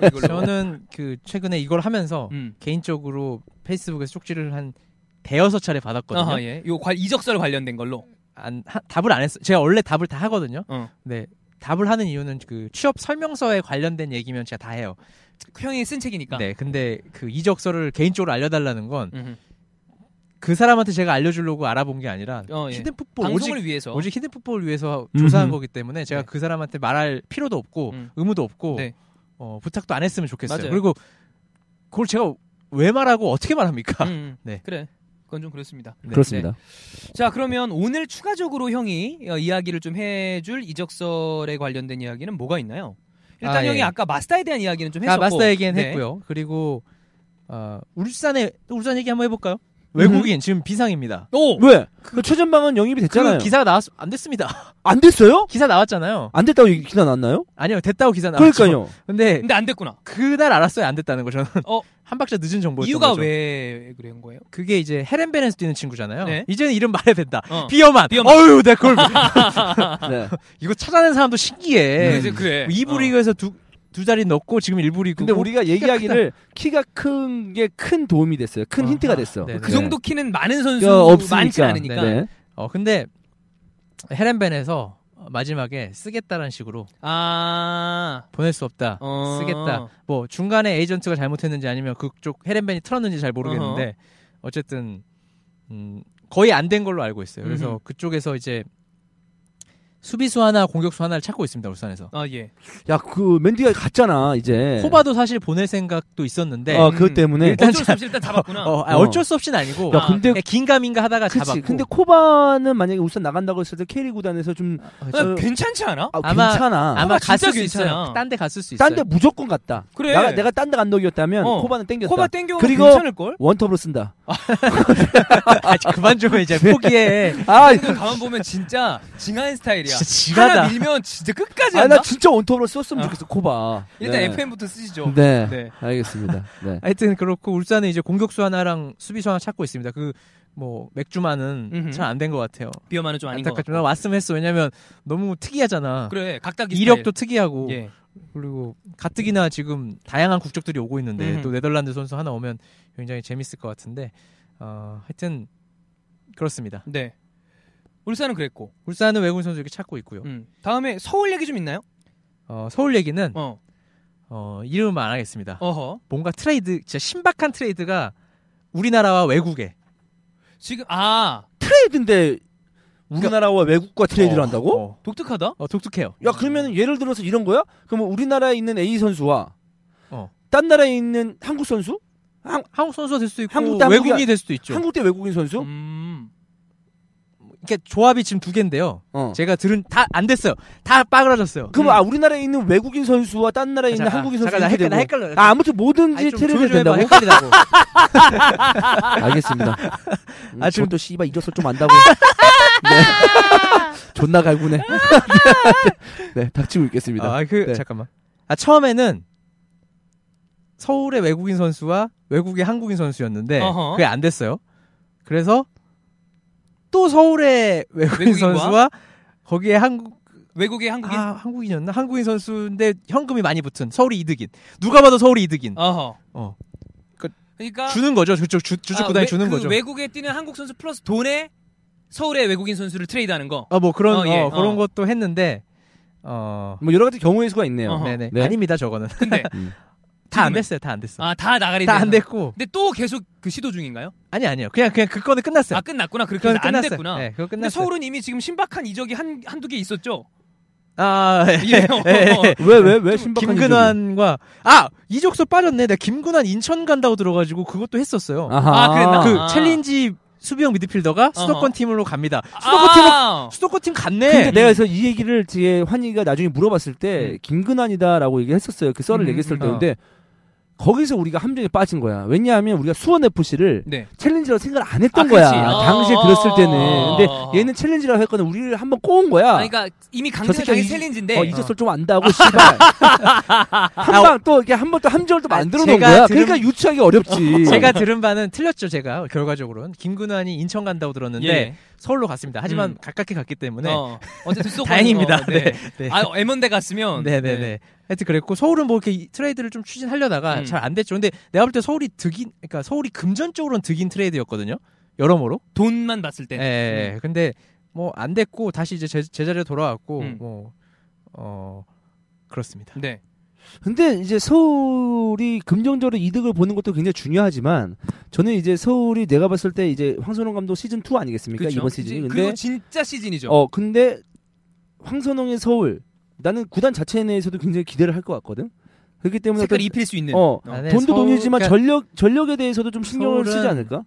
S5: 이걸로.
S7: 저는 그 최근에 이걸 하면서
S5: 음.
S7: 개인적으로 페이스북에서 쪽지를 한 대여섯 차례 받았거든요.
S5: 아하, 예. 요 관, 이적설 관련된 걸로.
S7: 안 하- 답을 안 했어요. 제가 원래 답을 다 하거든요.
S5: 어.
S7: 네. 답을 하는 이유는 그 취업 설명서에 관련된 얘기면 제가 다 해요.
S5: 형이 쓴 책이니까.
S7: 네. 근데 그 이적서를 개인적으로 알려달라는 건 그
S5: 음.
S7: 사람한테 제가 알려주려고 알아본 게 아니라
S5: 어, 예.
S7: 히든 풋볼 뭐 오직
S5: 방송을 위해서. 음,
S7: 오직 히든 풋볼을 위해서
S6: 음흠.
S7: 조사한 거기 때문에 제가
S5: 네.
S7: 그 사람한테 말할 필요도 없고
S5: 음.
S7: 의무도 없고
S5: 네.
S7: 어, 부탁도 안 했으면 좋겠어요.
S5: 맞아요.
S7: 그리고 그걸 제가 왜 말하고 어떻게 말합니까?
S5: 음, 음.
S7: 네.
S5: 그래. 그건 좀 그렇습니다.
S6: 그렇습니다.
S5: 자, 그러면 오늘 추가적으로 형이 어, 이야기를 좀 해줄 이적설에 관련된 이야기는 뭐가 있나요? 일단
S7: 아, 예.
S5: 형이 아까 마스타에 대한 이야기는 좀
S7: 아,
S5: 했었고.
S7: 마스터 얘기는
S5: 네.
S7: 했고요. 그리고 어, 울산에 또 울산 얘기 한번 해볼까요? 외국인
S5: 음.
S7: 지금 비상입니다.
S5: 오!
S6: 왜? 그 최전방은 영입이 됐잖아요.
S7: 그 기사 나왔 안 됐습니다.
S6: 안 됐어요?
S7: 기사 나왔잖아요.
S6: 안 됐다고 얘기- 기사 났나요?
S7: 아니요 됐다고 기사 나왔죠.
S6: 그러니까요.
S7: 근데
S5: 근데 안
S7: 뭐
S5: 됐구나.
S7: 그날 알았어요 안 됐다는 거 저는.
S5: 어.
S7: 한 박자 늦은 정보였던
S5: 이유가
S7: 거죠.
S5: 왜 그런 거예요?
S7: 그게 이제 헤렌베렌스 뛰는 친구잖아요.
S5: 네.
S7: 이제는 이름 말해야 된다.
S5: 어.
S7: 비어만.
S5: 비어만.
S7: 어유 내가 그걸
S6: 네.
S7: 이거 찾아낸 사람도 신기해. 음.
S5: 그래, 그래.
S7: 이부
S5: 어.
S7: 리그에서 두, 두 자리 넣고 지금 일부 리그.
S6: 근데 우리가 얘기하기를 키가 큰 게 큰 도움이 됐어요. 큰
S7: 아하.
S6: 힌트가 됐어.
S7: 네. 그
S5: 그 정도 키는 많은 선수
S6: 어, 없으니까.
S5: 많지 않으니까.
S6: 네.
S7: 어 근데 헤렌벤에서 마지막에 쓰겠다라는 식으로
S5: 아,
S7: 보낼 수 없다.
S5: 어.
S7: 쓰겠다. 뭐 중간에 에이전트가 잘못했는지 아니면 그쪽 헤렌벤이 틀었는지 잘 모르겠는데 어쨌든 음, 거의 안 된 걸로 알고 있어요. 그래서
S5: 음흠.
S7: 그쪽에서 이제 수비수 하나 공격수 하나를 찾고 있습니다. 울산에서.
S5: 아 예.
S6: 야 그 맨디가 갔잖아 이제.
S7: 코바도 사실 보낼 생각도 있었는데
S6: 네. 어 그것 때문에.
S7: 일단
S5: 어쩔 수 없이 일단 잡았구나.
S7: 어, 아, 어쩔 수 없이는 아니고
S6: 야 근데
S7: 그냥 긴가민가 하다가
S6: 그치.
S7: 잡았고
S6: 근데 코바는 만약에 울산 나간다고 했을 때 캐리 구단에서 좀
S7: 어,
S5: 아,
S7: 저-
S5: 괜찮지 않아?
S6: 아,
S7: 아마-
S6: 괜찮아.
S7: 아마
S5: 코바 진짜
S7: 갔을 수
S5: 괜찮아.
S7: 있어요. 딴 데 갔을 수 있어요.
S6: 딴 데 무조건 갔다.
S5: 그래.
S6: 나, 내가 딴 데 간덕이었다면
S5: 어.
S6: 코바는 땡겼다.
S5: 코바 땡겨오면
S6: 그리고-
S5: 괜찮을 걸?
S6: 원톱으로 쓴다.
S7: 아, 그만 좀 해, 이제
S5: 네.
S7: 포기해.
S6: 아,
S5: 지금 가만 보면 진짜 징한 스타일이야.
S7: 진짜 지가다.
S5: 하나 밀면 진짜 끝까지
S6: 아,
S5: 한다.
S6: 나 진짜 원톱으로 썼으면
S5: 어.
S6: 좋겠어 코바.
S5: 일단
S6: 네.
S5: FM부터 쓰시죠.
S6: 네.
S5: 네.
S6: 알겠습니다. 네.
S7: 하여튼 그렇고 울산은 이제 공격수 하나랑 수비수 하나 찾고 있습니다. 그 뭐 맥주만은
S5: 음흠.
S7: 잘 안 된 것 같아요.
S5: 비어만은 좀 아닌 것 같아.
S7: 안타깝지만 왔으면 했어. 왜냐면 너무 특이하잖아.
S5: 그래, 각각
S7: 이력도 특이하고
S5: 예.
S7: 그리고 가뜩이나 지금 다양한 국적들이 오고 있는데
S5: 음흠.
S7: 또 네덜란드 선수 하나 오면 굉장히 재밌을 것 같은데 어, 하여튼 그렇습니다.
S5: 네. 울산은 그랬고.
S7: 울산은 외국인 선수 이렇게 찾고 있고요.
S5: 음. 다음에 서울 얘기 좀 있나요?
S7: 어, 서울 얘기는
S5: 어.
S7: 어, 이름은 안 하겠습니다.
S5: 어허.
S7: 뭔가 트레이드 진짜 신박한 트레이드가 우리나라와 외국에
S5: 지금 아
S6: 트레이드인데 우리나라와 외국과 트레이드를
S7: 어,
S6: 한다고?
S7: 어,
S5: 독특하다.
S7: 어, 독특해요.
S6: 그러니까, 야 그러면 예를 들어서 이런 거야? 그럼 우리나라에 있는 A 선수와
S7: 어.
S6: 딴 나라에 있는 한국 선수?
S7: 한국 선수가 될 수도 있고
S6: 한국 대 한국이
S7: 외국인이 될 수도 있죠.
S6: 한국 대 외국인 선수?
S5: 음.
S7: 이렇게 조합이 지금 두 개인데요.
S6: 어.
S7: 제가 들은 다 안 됐어요. 다 빠그라졌어요.
S6: 그럼 아 우리나라에 있는 외국인 선수와 딴 나라에 있는
S7: 잠깐,
S6: 한국인 선수
S7: 잠깐, 나
S6: 이렇게
S7: 헷갈려. 나
S6: 되고.
S7: 헷갈려.
S6: 아 아무튼 뭐든지
S7: 아니, 좀
S6: 트레이드
S7: 조율 좀 해봐.
S6: 된다고?
S7: 헷갈리다고.
S6: 알겠습니다. 음,
S7: 아, 지금-
S6: 저것도 씨발 이겨서 좀 안다고. 네. 존나 갈구네. 네, 닥치고 있겠습니다.
S7: 아, 그
S6: 네.
S7: 잠깐만. 아, 처음에는 서울의 외국인 선수와 외국의 한국인 선수였는데
S5: 어허.
S7: 그게 안 됐어요. 그래서 또 서울의 외국인
S5: 외국인과?
S7: 선수와 거기에 한국
S5: 외국의 한국인.
S7: 아 한국인이었나 한국인 선수인데 현금이 많이 붙은 서울이 이득인 누가 봐도 서울이 이득인
S5: 어허.
S7: 어. 그-
S5: 그러니까
S7: 주는 거죠 주축 주, 주축
S5: 아,
S7: 구단이
S5: 외-
S7: 주는
S5: 그
S7: 거죠
S5: 외국에 뛰는 한국 선수 플러스 돈에 서울의 외국인 선수를 트레이드하는 거.
S7: 아 뭐 그런
S5: 어, 예.
S7: 어, 그런
S5: 어.
S7: 것도 했는데 어
S6: 뭐 여러 가지 경우의 수가 있네요.
S5: 어허.
S7: 네네
S6: 네.
S7: 아닙니다 저거는
S5: 근데
S7: 다 안
S5: 지금은-
S7: 됐어요 다 안 됐어
S5: 아 다 나가리.
S7: 다 안 됐고
S5: 근데 또 계속 그 시도 중인가요?
S7: 아니 아니요 그냥 그냥 그 건은 끝났어요
S5: 아 끝났구나. 그렇게
S7: 그건
S5: 해서 안
S7: 끝났어요
S5: 됐구나.
S7: 네, 그거
S5: 근데
S7: 끝났어요
S5: 서울은 이미 지금 신박한 이적이 한 한두 개 있었죠.
S7: 아, 예.
S5: 이래요.
S7: 예.
S6: 네.
S5: 어,
S6: 왜 왜 왜 신박한
S7: 김근환과 아 이적수 빠졌네. 내가 김근환 인천 간다고 들어가지고 그것도 했었어요.
S5: 아, 그랬나?
S7: 그
S5: 아.
S7: 챌린지 수비형 미드필더가 수도권
S5: 어허.
S7: 팀으로 갑니다. 수도권 팀
S5: 아,
S7: 수도권 팀 갔네.
S6: 근데 내가 그래서 이 얘기를 뒤에 환희가 나중에 물어봤을 때 김근환이다라고 얘기했었어요. 그 썰을
S5: 네. 음,
S6: 얘기했을
S5: 음,
S6: 때.
S5: 어.
S6: 근데 거기서 우리가 함정에 빠진 거야. 왜냐하면 우리가 수원 FC를
S5: 네.
S6: 챌린지라고 생각을 안 했던
S5: 아,
S6: 거야.
S5: 그치. 어,
S6: 당시에
S5: 어,
S6: 들었을
S5: 어,
S6: 때는.
S5: 어.
S6: 근데 얘는 챌린지라고 했거든. 우리를 한번 꼬은 거야.
S5: 아, 그러니까 이미
S6: 저
S5: 강제로
S6: 새끼가
S5: 당의
S6: 이-
S5: 챌린지인데
S6: 어, 잊었을 좀 안다고 씨발. 한방 또 이게 한 번 또 함정을 또
S7: 아,
S6: 만들어 놓은
S7: 제가
S6: 거야.
S7: 들은-
S6: 그러니까 유추하기 어렵지.
S7: 제가 들은 바는 틀렸죠. 제가 결과적으로는 김근환이 인천 간다고 들었는데
S5: 예.
S7: 서울로 갔습니다. 하지만
S5: 음.
S7: 가깝게 갔기 때문에
S5: 어, 어쨌든 수도권
S7: 네. 다행입니다.
S5: 네.
S7: 네. 네.
S5: 아, M1대 갔으면
S7: 네네네. 하여튼 그랬고 서울은 뭐 이렇게 이- 트레이드를 좀 추진하려다가
S5: 음.
S7: 잘 안 됐죠. 근데 내가 볼 때 서울이 득인, 그러니까 서울이 금전적으로는 득인 트레이드였거든요. 여러모로.
S5: 돈만 봤을 때.
S7: 예.
S6: 음.
S7: 예. 근데 뭐 안 됐고 다시 이제 제, 제자리에 돌아왔고
S5: 음.
S7: 뭐 어. 그렇습니다.
S5: 네.
S6: 근데 이제 서울이 긍정적으로 이득을 보는 것도 굉장히 중요하지만 저는 이제 서울이 내가 봤을 때 이제 황선홍 감독 시즌 2 아니겠습니까?
S5: 그쵸?
S7: 그러니까
S6: 이번 시즌이.
S5: 이제
S6: 근데
S5: 그리고 진짜 시즌이죠.
S6: 어 근데 황선홍의 서울 나는 구단 자체 내에서도 굉장히 기대를 할 것 같거든. 그렇기 때문에
S5: 색깔
S6: 어떤-
S5: 입힐 수 있는.
S6: 어
S7: 아, 네,
S6: 돈도
S7: 서울-
S6: 돈이지만
S7: 그러니까
S6: 전력 전력에 대해서도 좀 신경을
S7: 서울은-
S6: 쓰지 않을까?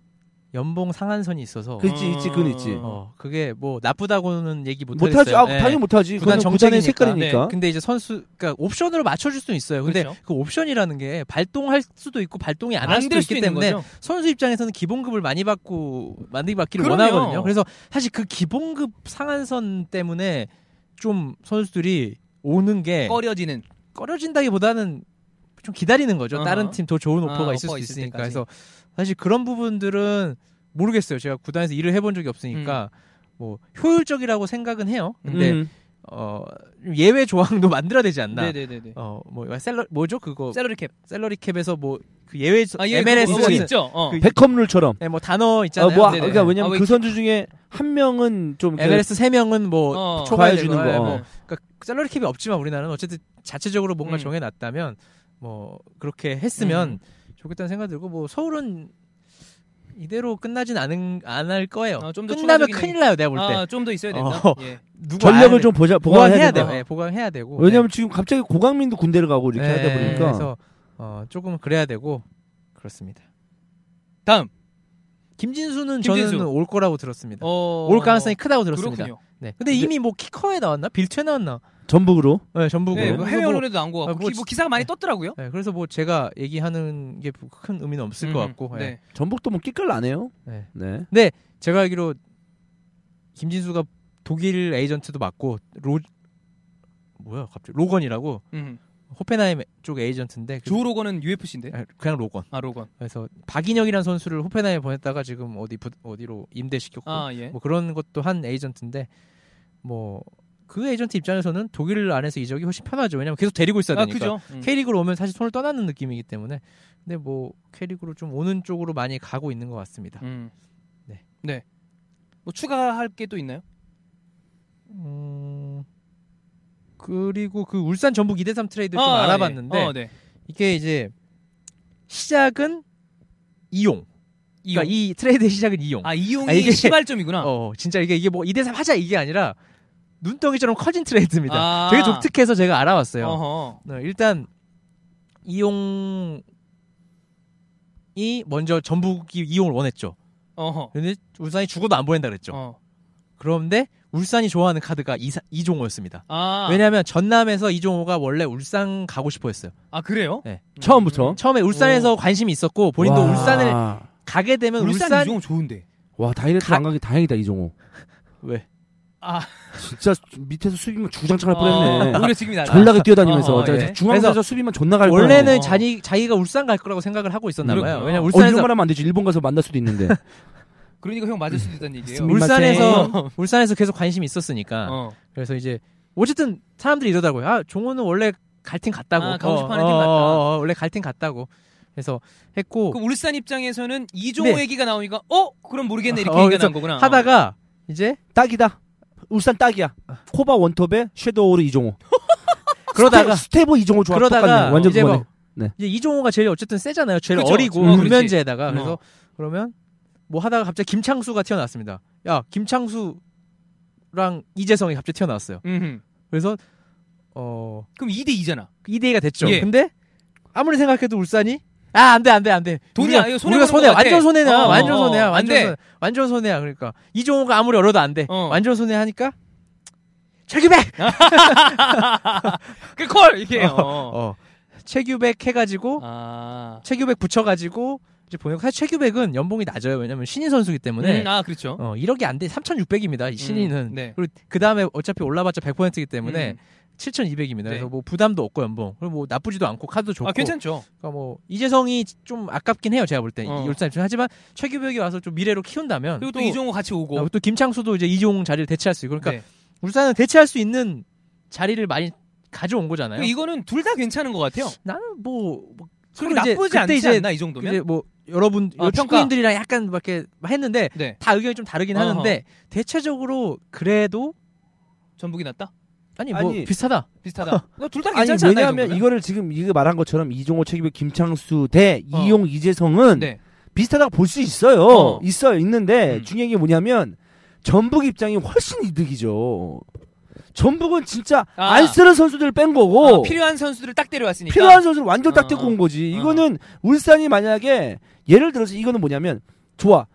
S7: 연봉 상한선이 있어서
S6: 그 있지 있지 그건 있지.
S5: 어.
S7: 어, 그게 뭐 나쁘다고는 얘기 못
S6: 못하지 아
S7: 하겠어요. 예.
S6: 당연히 못하지.
S7: 구단
S6: 그건 구단의
S7: 정책이니까. 네,
S6: 색깔이니까.
S7: 근데 이제 선수 그러니까 옵션으로 맞춰 줄 수는 있어요. 근데 그
S5: 그렇죠.
S7: 옵션이라는 게 발동할 수도 있고 발동이 안 할 수도
S5: 안될
S7: 있기
S5: 수도 있는
S7: 때문에
S5: 거죠.
S7: 선수 입장에서는 기본급을 많이 받고 많이 받기를
S5: 그럼요.
S7: 원하거든요. 그래서 사실 그 기본급 상한선 때문에 좀 선수들이 오는 게 네.
S5: 꺼려지는.
S7: 꺼려진다기보다는 좀 기다리는 거죠.
S5: 어허.
S7: 다른 팀 더 좋은 오퍼가
S5: 아,
S7: 있을
S5: 오퍼가
S7: 수도
S5: 있을
S7: 있으니까.
S5: 때까지.
S7: 그래서 사실 그런 부분들은 모르겠어요. 제가 구단에서 일을 해본 적이 없으니까
S5: 음.
S7: 뭐 효율적이라고 생각은 해요. 근데
S6: 음.
S7: 어, 좀 예외 조항도 만들어야 되지 않나.
S5: 네네네네.
S7: 어, 뭐 셀러 뭐죠 그거
S5: 셀러리 캡.
S7: 셀러리 캡에서 뭐 그 예외
S5: 아, 예,
S7: MLS
S5: 그거
S7: 시즌-
S5: 있죠. 어.
S7: 그
S6: 백컵룰처럼.
S7: 네, 뭐 단어
S6: 어,
S7: 있잖아요.
S6: 뭐 아,
S5: 네네.
S6: 그러니까 왜냐면
S5: 아, 왜
S6: 그
S5: 키-
S6: 선수 중에 한 명은 좀 그-
S7: MLS 세 명은 뭐
S5: 어.
S7: 초과해
S6: 과해주는
S7: 주는 거.
S6: 거.
S7: 뭐 그러니까 셀러리 캡이 없지만 우리나라는 어쨌든 자체적으로 뭔가
S5: 음.
S7: 정해놨다면 뭐 그렇게 했으면
S5: 음.
S7: 좋겠다는 생각 들고 뭐 서울은 이대로 끝나진 않은 안 할 거예요.
S5: 아, 좀더
S7: 끝나면
S5: 추가적인
S7: 큰일 나요 내가 볼 때.
S5: 아, 좀 더 있어야 된다.
S7: 어.
S5: 예.
S7: 누구
S6: 전력을
S7: 알아야
S6: 좀 보자
S7: 돼. 보강해야
S6: 보강해야
S7: 돼요.
S6: 된다.
S7: 네, 보강해야 되고.
S6: 왜냐면 지금 갑자기 고강민도 군대를 가고 이렇게
S7: 네.
S6: 하다
S7: 네,
S6: 보니까
S7: 그래서 어, 조금 그래야 되고 그렇습니다.
S5: 다음.
S7: 김진수는
S5: 김진수.
S7: 저는 올 거라고 들었습니다.
S5: 어.
S7: 올 가능성이 크다고 들었습니다.
S5: 그렇군요.
S7: 네. 근데 이미 뭐 키커에 나왔나? 빌트에 나왔나?
S6: 전북으로
S7: 네, 전북으로.
S5: 네, 뭐 해외
S7: 그래서 뭐-
S5: 언론에도 나온 거 같고
S7: 아, 뭐
S5: 기- 뭐 기사가 많이 떴더라고요.
S7: 네, 그래서 뭐 제가 얘기하는 게 큰 의미는 없을 것
S5: 음,
S7: 같고. 네.
S5: 네.
S6: 전북도 뭐 끼깔 나네요.
S7: 네.
S6: 네.
S7: 제가 알기로 김진수가 독일 에이전트도 맞고 로 뭐야 갑자기 로건이라고
S5: 음.
S7: 호펜하임 쪽의 에이전트인데 그-
S5: 조 로건은 UFC인데.
S7: 아, 그냥 로건.
S5: 아 로건.
S7: 그래서 박인혁이라는 선수를 호펜하임에 보냈다가 지금 어디 부- 어디로 임대시켰고
S5: 아 예.
S7: 뭐 그런 것도 한 에이전트인데 뭐 그 에이전트 입장에서는 독일 안에서 이적이 훨씬 편하죠. 왜냐면 계속 데리고 있어야
S5: 아
S7: 되니까. 네.
S5: 그죠. 음.
S7: K리그로 오면 사실 손을 떠나는 느낌이기 때문에 근데 뭐 K리그로 좀 오는 쪽으로 많이 가고 있는 것 같습니다.
S5: 음.
S7: 네.
S5: 네. 네. 뭐 추가할 게 또 있나요?
S7: 음, 그리고 그 울산 전북 2대3 트레이드 좀
S5: 아,
S7: 알아봤는데
S5: 예. 어, 네.
S7: 이게 이제 시작은 이용.
S5: 이용.
S7: 그러니까 이 트레이드의 시작은 이용.
S5: 아 이용이
S7: 아, 이게-
S5: 시발점이구나.
S7: 어, 진짜 이게 이게 뭐 2대3 하자 이게 아니라 눈덩이처럼 커진 트레이드입니다.
S5: 아.
S7: 되게 독특해서 제가 알아봤어요.
S5: 어허.
S7: 네, 일단 이용이 먼저 전북이 이용을 원했죠.
S5: 어허.
S7: 근데 울산이 죽어도 안 보낸다 그랬죠.
S5: 어.
S7: 그런데 울산이 좋아하는 카드가 이사, 이종호였습니다.
S5: 아.
S7: 왜냐하면 전남에서 이종호가 원래 울산 가고 싶어였어요.
S5: 아 그래요?
S7: 네.
S6: 처음부터
S7: 처음에 울산에서 관심이 있었고 본인도 울산을 가게 되면 어, 울산,
S5: 울산 이용 좋은데.
S6: 와 다이렉트
S7: 가-
S6: 안 가기 다행이다 이종호.
S7: 왜?
S5: 아.
S6: 진짜 밑에서 수비만
S7: 아.
S6: 주장창할 뻔했네.
S5: 어, 오히려 지금이 나.
S6: 졸라 뛰어다니면서
S5: 어, 어,
S6: 자,
S5: 예.
S6: 중앙에서 수비만 존나 갈 뻔했네.
S7: 원래는
S5: 어.
S7: 자기 자기가 울산 갈 거라고 생각을 하고 있었나 봐요.
S5: 그렇구나.
S7: 왜냐면
S5: 어,
S6: 울산에서
S7: 울산에서
S6: 말하면 안 되지. 일본 가서 만날 수도 있는데.
S5: 그러니까 형 맞을 수도 있다는 얘기예요.
S6: 맞습니다. 어.
S7: 울산에서 울산에서 계속 관심이 있었으니까.
S5: 어.
S7: 그래서 이제 어쨌든 사람들이 이러더라고요. 아 종호는 원래 갈 팀 갔다고.
S5: 아, 가고
S7: 어,
S5: 싶어하는 팀
S7: 어,
S5: 갔다.
S7: 어, 어, 원래 갈 팀 갔다고. 그래서 했고
S5: 그럼 울산 입장에서는 이종호
S7: 네.
S5: 얘기가 나오니까 어 그럼 모르겠네 이렇게
S7: 어,
S5: 얘기가
S7: 그래서
S5: 난 거구나.
S7: 하다가 이제
S6: 딱이다. 울산 딱이야. 코바 원톱에 섀도우로 이종호.
S7: 그러다가
S6: 스테- 스테보 이종호 조합
S7: 그러다가
S6: 똑같네. 완전
S7: 이제 뭐
S6: 그거네.
S7: 막-
S6: 네.
S7: 이제 이종호가 제일 어쨌든 세잖아요. 제일
S5: 그쵸.
S7: 어리고
S5: 어, 그렇지.
S7: 불면제에다가 그래서
S5: 어.
S7: 그러면 뭐 하다가 갑자기 김창수가 튀어나왔습니다. 야 김창수랑 이재성이 갑자기 튀어나왔어요.
S5: 음흠.
S7: 그래서 어
S5: 그럼 2대 2잖아.
S7: 2대2가 됐죠.
S5: 예.
S7: 근데 아무리 생각해도 울산이 아, 안 돼, 안 돼, 안 돼.
S5: 돈이
S7: 우리가,
S5: 아- 이거 손해
S7: 우리가
S5: 보는
S7: 손해,
S5: 것 같아.
S7: 완전 손해야,
S5: 어,
S7: 완전
S5: 어,
S7: 손해야,
S5: 안
S7: 완전
S5: 돼.
S7: 손해, 완전 손해야. 그러니까 이종호가 아무리 열어도 안 돼.
S5: 어.
S7: 완전 손해 하니까 최규백.
S5: 그콜 이게. 어.
S7: 어, 최규백 해가지고
S5: 아.
S7: 최규백 붙여가지고 이제 보내고 사실 최규백은 연봉이 낮아요. 왜냐면 신인 선수기 때문에
S5: 음, 아 그렇죠.
S7: 어, 1억이 안 돼, 3,600입니다. 이 신인은.
S5: 음, 네.
S7: 그리고 그 다음에 어차피 올라봤자 100%이기 때문에
S5: 음.
S7: 7,200입니다. 그래서
S5: 네.
S7: 뭐 부담도 없고 연봉. 그리고 뭐 나쁘지도 않고 카드도 좋고.
S5: 아 괜찮죠.
S7: 그러니까 뭐 이재성이 좀 아깝긴 해요. 제가 볼 때.
S5: 어.
S7: 이 울산 입장 하지만 최규백이 와서 좀 미래로 키운다면
S5: 그리고 또, 이종호 같이 오고.
S7: 아, 또 김창수도 이제 이종 자리를 대체할 수 있고 그러니까
S5: 네.
S7: 울산은 대체할 수 있는 자리를 많이 가져온 거잖아요.
S5: 그리고 이거는 둘 다 괜찮은 것 같아요.
S7: 나는 뭐, 뭐
S5: 그리고
S7: 이제
S5: 나쁘지
S7: 그때
S5: 않지
S7: 이제
S5: 않나 이 정도면?
S7: 이제 뭐 여러분
S5: 아, 평가.
S7: 축구인들이랑 약간 막 이렇게 했는데
S5: 네.
S7: 다 의견이 좀 다르긴
S5: 어허.
S7: 하는데 대체적으로 그래도
S5: 전북이 낫다?
S7: 아니 뭐
S6: 아니,
S7: 비슷하다.
S5: 비슷하다. 어, 둘 다
S6: 아니
S5: 괜찮지 않나 이
S6: 왜냐하면
S5: 정도면?
S6: 이거를 지금 이거 말한 것처럼 이종호 최기백 김창수 대
S5: 어.
S6: 이용 이재성은
S5: 네.
S6: 비슷하다고 볼 수 있어요.
S5: 어.
S6: 있어요. 있는데
S5: 음.
S6: 중요한 게 뭐냐면 전북 입장이 훨씬 이득이죠. 전북은 진짜
S5: 아.
S6: 안 쓰는 선수들을 뺀 거고
S5: 아, 필요한 선수들을 딱 데려왔으니까.
S6: 필요한 선수를 완전 딱
S5: 그러니까 어,
S6: 데리고 온 거지.
S5: 어.
S6: 이거는 울산이 만약에 예를 들어서 이거는 뭐냐면 좋아.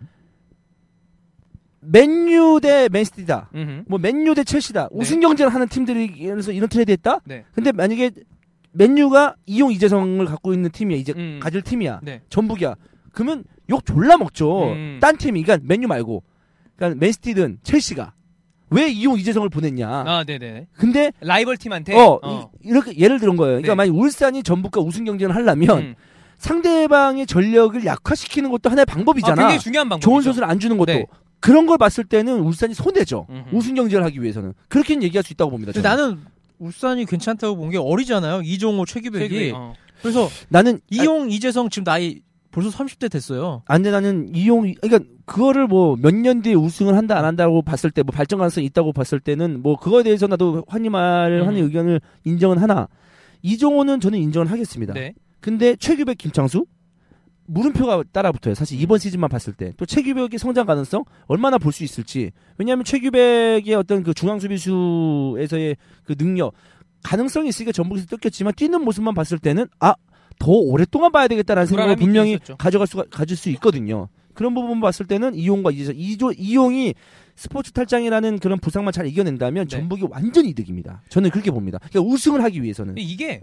S6: 맨유 대 맨시티다.
S5: 음흠.
S6: 뭐 맨유 대 첼시다. 우승 경쟁을 하는 팀들이라서 이런 트레이드 했다.
S5: 네.
S6: 근데 만약에 맨유가 이용 이재성을 갖고 있는 팀이야. 이제
S5: 음.
S6: 가질 팀이야.
S5: 네.
S6: 전북이야. 그러면 욕 졸라 먹죠.
S5: 음.
S6: 딴 팀이 그러니까 맨유 말고. 그러니까 맨시티든 첼시가 왜 이용 이재성을 보냈냐.
S5: 아, 네네.
S6: 근데
S5: 라이벌 팀한테.
S6: 어, 이, 렇게 예를 들은 거예요. 그러니까
S5: 네.
S6: 만약 울산이 전북과 우승 경쟁을 하려면
S5: 음.
S6: 상대방의 전력을 약화시키는 것도 하나의
S5: 아,
S6: 방법이잖아.
S5: 굉장히 중요한 방법.
S6: 좋은 선수를 안 주는 것도
S5: 네.
S6: 그런 걸 봤을 때는 울산이 손해죠.
S5: 음흠.
S6: 우승 경쟁을 하기 위해서는 그렇게는 얘기할 수 있다고 봅니다.
S7: 근데
S6: 저는.
S7: 나는 울산이 괜찮다고 본 게 어리잖아요. 이종호 최규백이
S5: 어.
S7: 그래서
S6: 나는
S5: 아,
S6: 이용
S7: 이용 이재성 지금 나이 벌써 30대 됐어요.
S6: 안돼 나는 이용 그러니까 그거를 뭐 몇 년 뒤에 우승을 한다 안 한다고 봤을 때 뭐 발전 가능성이 있다고 봤을 때는 뭐 그거에 대해서 나도 환희 말 환희
S5: 음.
S6: 의견을 인정은 하나 이종호는 저는 인정을 하겠습니다.
S5: 네.
S6: 근데 최규백 김창수 물음표가 따라붙어요. 사실 이번 시즌만 봤을 때 또 최규백의 성장 가능성 얼마나 볼 수 있을지 왜냐하면 최규백의 어떤 그 중앙 수비수에서의 그 능력 가능성이 있으니까 전북에서 뜯겼지만 뛰는 모습만 봤을 때는 아 더 오랫동안 봐야 되겠다라는 생각을
S5: 불안함이
S6: 분명히
S5: 있었죠.
S6: 가져갈 수가 가질 수 있거든요. 그런 부분 봤을 때는 이용과 이제 이조 이용이 스포츠 탈장이라는 그런 부상만 잘 이겨낸다면
S5: 네.
S6: 전북이 완전 이득입니다. 저는 그렇게 봅니다. 그러니까 우승을 하기 위해서는
S5: 근데 이게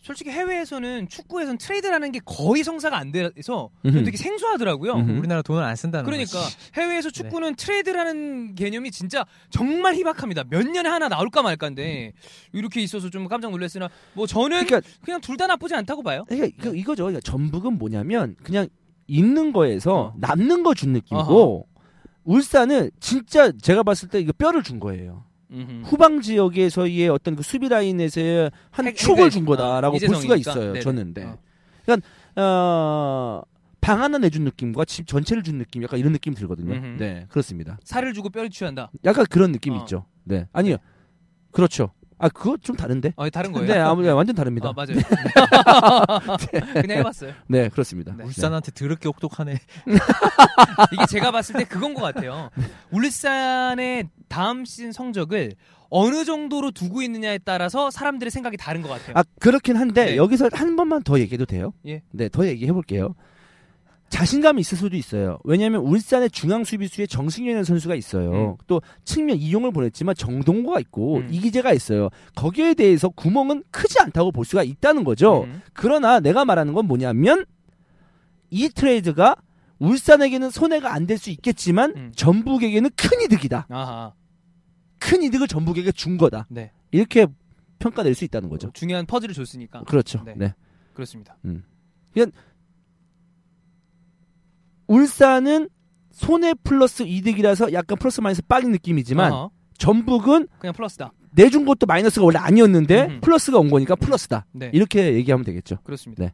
S5: 솔직히 해외에서는 축구에서는 트레이드라는 게 거의 성사가 안 돼서
S6: 음흠.
S5: 되게 생소하더라고요.
S6: 음흠. 네. 음.
S7: 우리나라 돈을 안 쓴다는
S5: 그러니까
S7: 거지.
S5: 해외에서 축구는 트레이드라는 개념이 진짜 정말 희박합니다. 몇 년에 하나 나올까 말까인데 이렇게 있어서 좀 깜짝 놀랐으나 뭐 저는 그
S6: 그러니까
S5: 냥 둘 다 나쁘지 않다고 봐요.
S6: 그러니까
S5: 네.
S6: 그- 이거죠. 그러니까 전북은 뭐냐면 그냥 있는 거에서
S5: 어.
S6: 남는 거 준 느낌이고 울산은 진짜 제가 봤을 때 이거 뼈를 준 거예요.
S5: 음흠.
S6: 후방 지역에서의 어떤 그 수비 라인에서의 한
S5: 핵-
S6: 축을
S5: 핵을-
S6: 준 거다라고
S5: 어,
S6: 볼 수가
S5: 이재성이니까.
S6: 있어요.
S5: 네네.
S6: 저는 네.
S5: 어.
S6: 어, 방 하나 내준 느낌과 집 전체를 준 느낌 약간 이런 느낌 들거든요.
S5: 음흠.
S6: 네, 그렇습니다.
S5: 살을 주고 뼈를 취한다.
S6: 약간 그런 느낌 이
S5: 어.
S6: 있죠. 네, 아니요, 그렇죠. 아 그거 좀 다른데.
S5: 어, 다른 거예요.
S6: 네, 아무 네, 완전 다릅니다.
S5: 아, 맞아요. 어, 그냥 해봤어요.
S6: 네, 그렇습니다.
S5: 네.
S7: 울산한테 드럽게 혹독하네.
S5: 이게 제가 봤을 때 그건 것 같아요. 울산의 다음 시즌 성적을 어느 정도로 두고 있느냐에 따라서 사람들의 생각이 다른 것 같아요.
S6: 아 그렇긴 한데
S5: 네.
S6: 여기서 한 번만 더 얘기해도 돼요?
S5: 예.
S6: 네, 더 얘기해 볼게요. 자신감이 있을 수도 있어요. 왜냐하면 울산의 중앙 수비수에 정승현이라는 선수가 있어요. 또 측면 이용을 보냈지만 정동호가 있고
S5: 음.
S6: 이기재가 있어요. 거기에 대해서 구멍은 크지 않다고 볼 수가 있다는 거죠.
S5: 음.
S6: 그러나 내가 말하는 건 뭐냐면 이 트레이드가 울산에게는 손해가 안 될 수 있겠지만
S5: 음.
S6: 전북에게는 큰 이득이다.
S5: 아하.
S6: 큰 이득을 전북에게 준 거다.
S5: 네.
S6: 이렇게 평가될 수 있다는 거죠.
S5: 중요한 퍼즐을 줬으니까
S6: 그렇죠.
S5: 네.
S6: 네.
S5: 그렇습니다.
S6: 울산은 손해 플러스 이득이라서 약간 플러스 마이너스 빠진 느낌이지만
S5: 어허.
S6: 전북은
S5: 그냥 플러스다.
S6: 내준 것도 마이너스가 원래 아니었는데
S5: 음흠.
S6: 플러스가 온 거니까 플러스다
S5: 네,
S6: 이렇게 얘기하면 되겠죠.
S5: 그렇습니다.
S6: 네.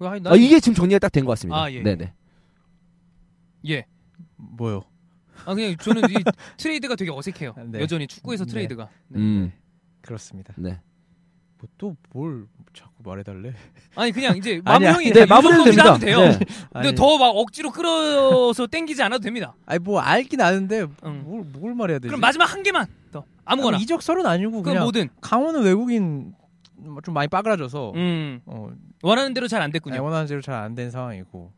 S5: 아, 나,
S6: 아, 이게 지금 정리가 딱 된 것 같습니다.
S5: 아, 예, 예.
S6: 네네.
S5: 예.
S7: 뭐요?
S5: 아 그냥 저는 이 트레이드가 되게 어색해요.
S7: 네.
S5: 여전히 축구에서
S7: 네.
S5: 트레이드가. 네.
S6: 음,
S7: 그렇습니다.
S6: 네.
S7: 뭐또뭘 자꾸 말해달래?
S5: 아니 그냥 이제
S7: 아니, 아니,
S5: 마무리
S6: 네, 마무리해도 됩니다.
S5: 돼요.
S6: 네.
S5: 근데 더 막 억지로 끌어서 땡기지 않아도 됩니다.
S7: 아니 뭐 알긴 아는데
S5: 응.
S7: 뭘, 뭘 말해야
S6: 네.
S5: 음.
S7: 되지?
S5: 그럼 마지막 한 개만 더 아무거나.
S7: 아니, 이적설은 아니고
S5: 그건
S7: 그냥
S5: 뭐든.
S7: 강원은 외국인 뭐 좀 많이 빠그라져서
S5: 음.
S7: 어,
S5: 원하는 대로 잘 안 됐군요.
S7: 원하는 대로 잘 안 된 상황이고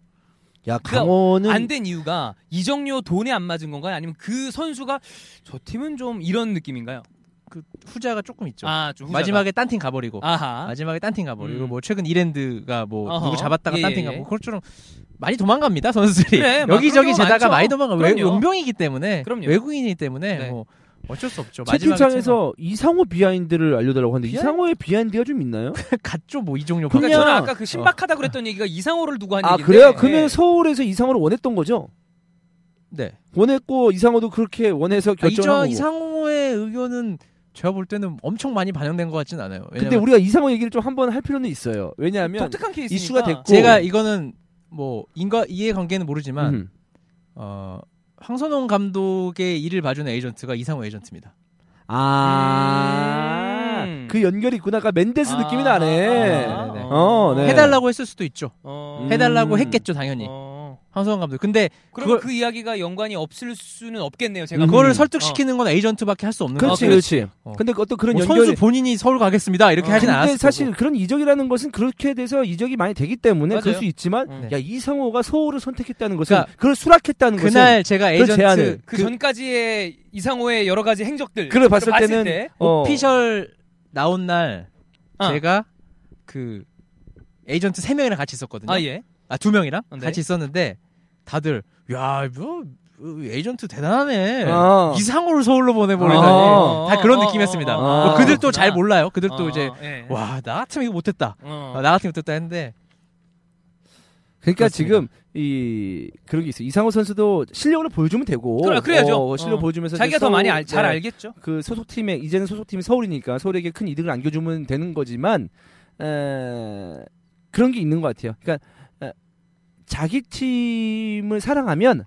S6: 야 강원은
S5: 안 된 이유가 이정료 돈에 안 맞은 건가요? 아니면 그 선수가 저 팀은 좀 이런 느낌인가요?
S7: 그 후자가 조금 있죠.
S5: 아, 좀 후자가.
S7: 마지막에 딴 팀 가버리고
S6: 뭐.
S5: 아하.
S7: 마지막에 딴 팀 가버리고
S5: 음.
S7: 뭐 최근 이랜드가 뭐
S5: 어허.
S7: 누구 잡았다가
S5: 예,
S7: 딴 팀
S5: 예,
S7: 가고
S5: 예.
S7: 그것처럼 많이 도망갑니다 선수들이
S5: 그래, 막
S7: 여기저기
S5: 그런 경우
S7: 제다가
S5: 많죠.
S7: 많이 도망가 외
S5: 그럼요.
S7: 용병이기 때문에
S5: 그럼요.
S7: 외국인이기 때문에
S5: 네.
S7: 뭐 어쩔 수 없죠.
S6: 채팅창에서 이상호 비하인드를 알려달라고 하는데
S7: 비하인드?
S6: 이상호의 비하인드가 좀 있나요?
S7: 갔죠 뭐 이 종류
S5: 그러니까
S6: 그냥-
S5: 저는 아까 그 신박하다고 그랬던 얘기가 이상호를 두고 한
S6: 어. 아
S5: 얘기인데.
S6: 그래요? 그러면
S5: 네.
S6: 서울에서 이상호를 원했던 거죠?
S7: 네.
S6: 원했고 이상호도 그렇게 원해서
S7: 아, 이전
S6: 결정하고
S7: 이상호의 의견은 제가 볼 때는 엄청 많이 반영된 것 같진 않아요. 왜냐면
S6: 근데 우리가 이상호 얘기를 좀 한번 할 필요는 있어요 왜냐하면
S5: 독특한 케이스니까.
S6: 이슈가 됐고
S7: 제가 이거는 뭐 인과 이해 관계는 모르지만
S6: 음.
S7: 어, 황선홍 감독의 일을 봐주는 에이전트가 이상호 에이전트입니다.
S6: 아,
S5: 음.
S6: 그 연결이 있구나. 아까 멘데스 느낌이 나네.
S5: 아, 아, 아, 아.
S6: 어, 네.
S7: 해달라고 했을 수도 있죠.
S5: 어.
S6: 음.
S7: 해달라고 했겠죠 당연히
S5: 어.
S7: 황선홍 감독. 근데
S5: 그럼
S7: 그걸-
S5: 그 이야기가 연관이 없을 수는 없겠네요.
S6: 음.
S5: 제가
S7: 그거를
S5: 보기에는.
S7: 설득시키는 건 에이전트밖에 할 수 없는
S6: 그렇지,
S7: 거죠.
S6: 그렇지.
S7: 어.
S6: 근데 어떤 그런
S7: 뭐
S6: 연결이. 아,
S7: 선수 본인이 서울 가겠습니다 이렇게
S5: 어.
S7: 하진 않았을
S6: 근데
S7: 거고.
S6: 사실 그런 이적이라는 것은 그렇게 돼서 이적이 많이 되기 때문에
S5: 맞아요.
S6: 그럴 수 있지만,
S5: 음.
S6: 야, 이상호가 서울을 선택했다는 것은,
S7: 그러니까
S6: 그걸 수락했다는 것은,
S7: 그날 제가
S6: 그걸 제안을.
S7: 에이전트
S5: 그 전까지의 이상호의 여러 가지 행적들
S6: 그걸 봤을
S5: 봤을
S6: 때는,
S5: 때
S6: 어,
S7: 오피셜 나온 날
S5: 아.
S7: 제가 그 에이전트 세 명이랑 같이 있었거든요.
S5: 아 예.
S7: 아, 두 명이랑
S5: 네.
S7: 같이 있었는데 다들 야, 뭐 에이전트 대단하네.
S6: 어.
S7: 이상호를 서울로 보내버리다니.
S6: 어.
S7: 다 그런
S5: 어,
S7: 느낌이었습니다.
S5: 어,
S6: 어,
S7: 뭐
S6: 아, 네.
S7: 그들도
S5: 그렇구나.
S7: 잘 몰라요. 그들도
S5: 어,
S7: 이제
S5: 예.
S7: 와, 나 같으면 이거 못했다.
S5: 어.
S7: 아, 나 같으면 못했다 했는데
S6: 그러니까
S7: 그렇습니다.
S6: 지금, 이, 그런 게 있어요. 이상호 선수도 실력을 보여주면 되고,
S5: 그래, 그래야죠.
S6: 어, 실력
S5: 어.
S6: 보여주면서.
S5: 자기가
S6: 이제
S5: 더 많이
S6: 서울-
S5: 알, 잘
S6: 네.
S5: 알겠죠.
S6: 그 소속팀에 이제는 소속팀이 서울이니까 서울에게 큰 이득을 안겨주면 되는 거지만 에, 그런 게 있는 것 같아요. 그러니까 에, 자기 팀을 사랑하면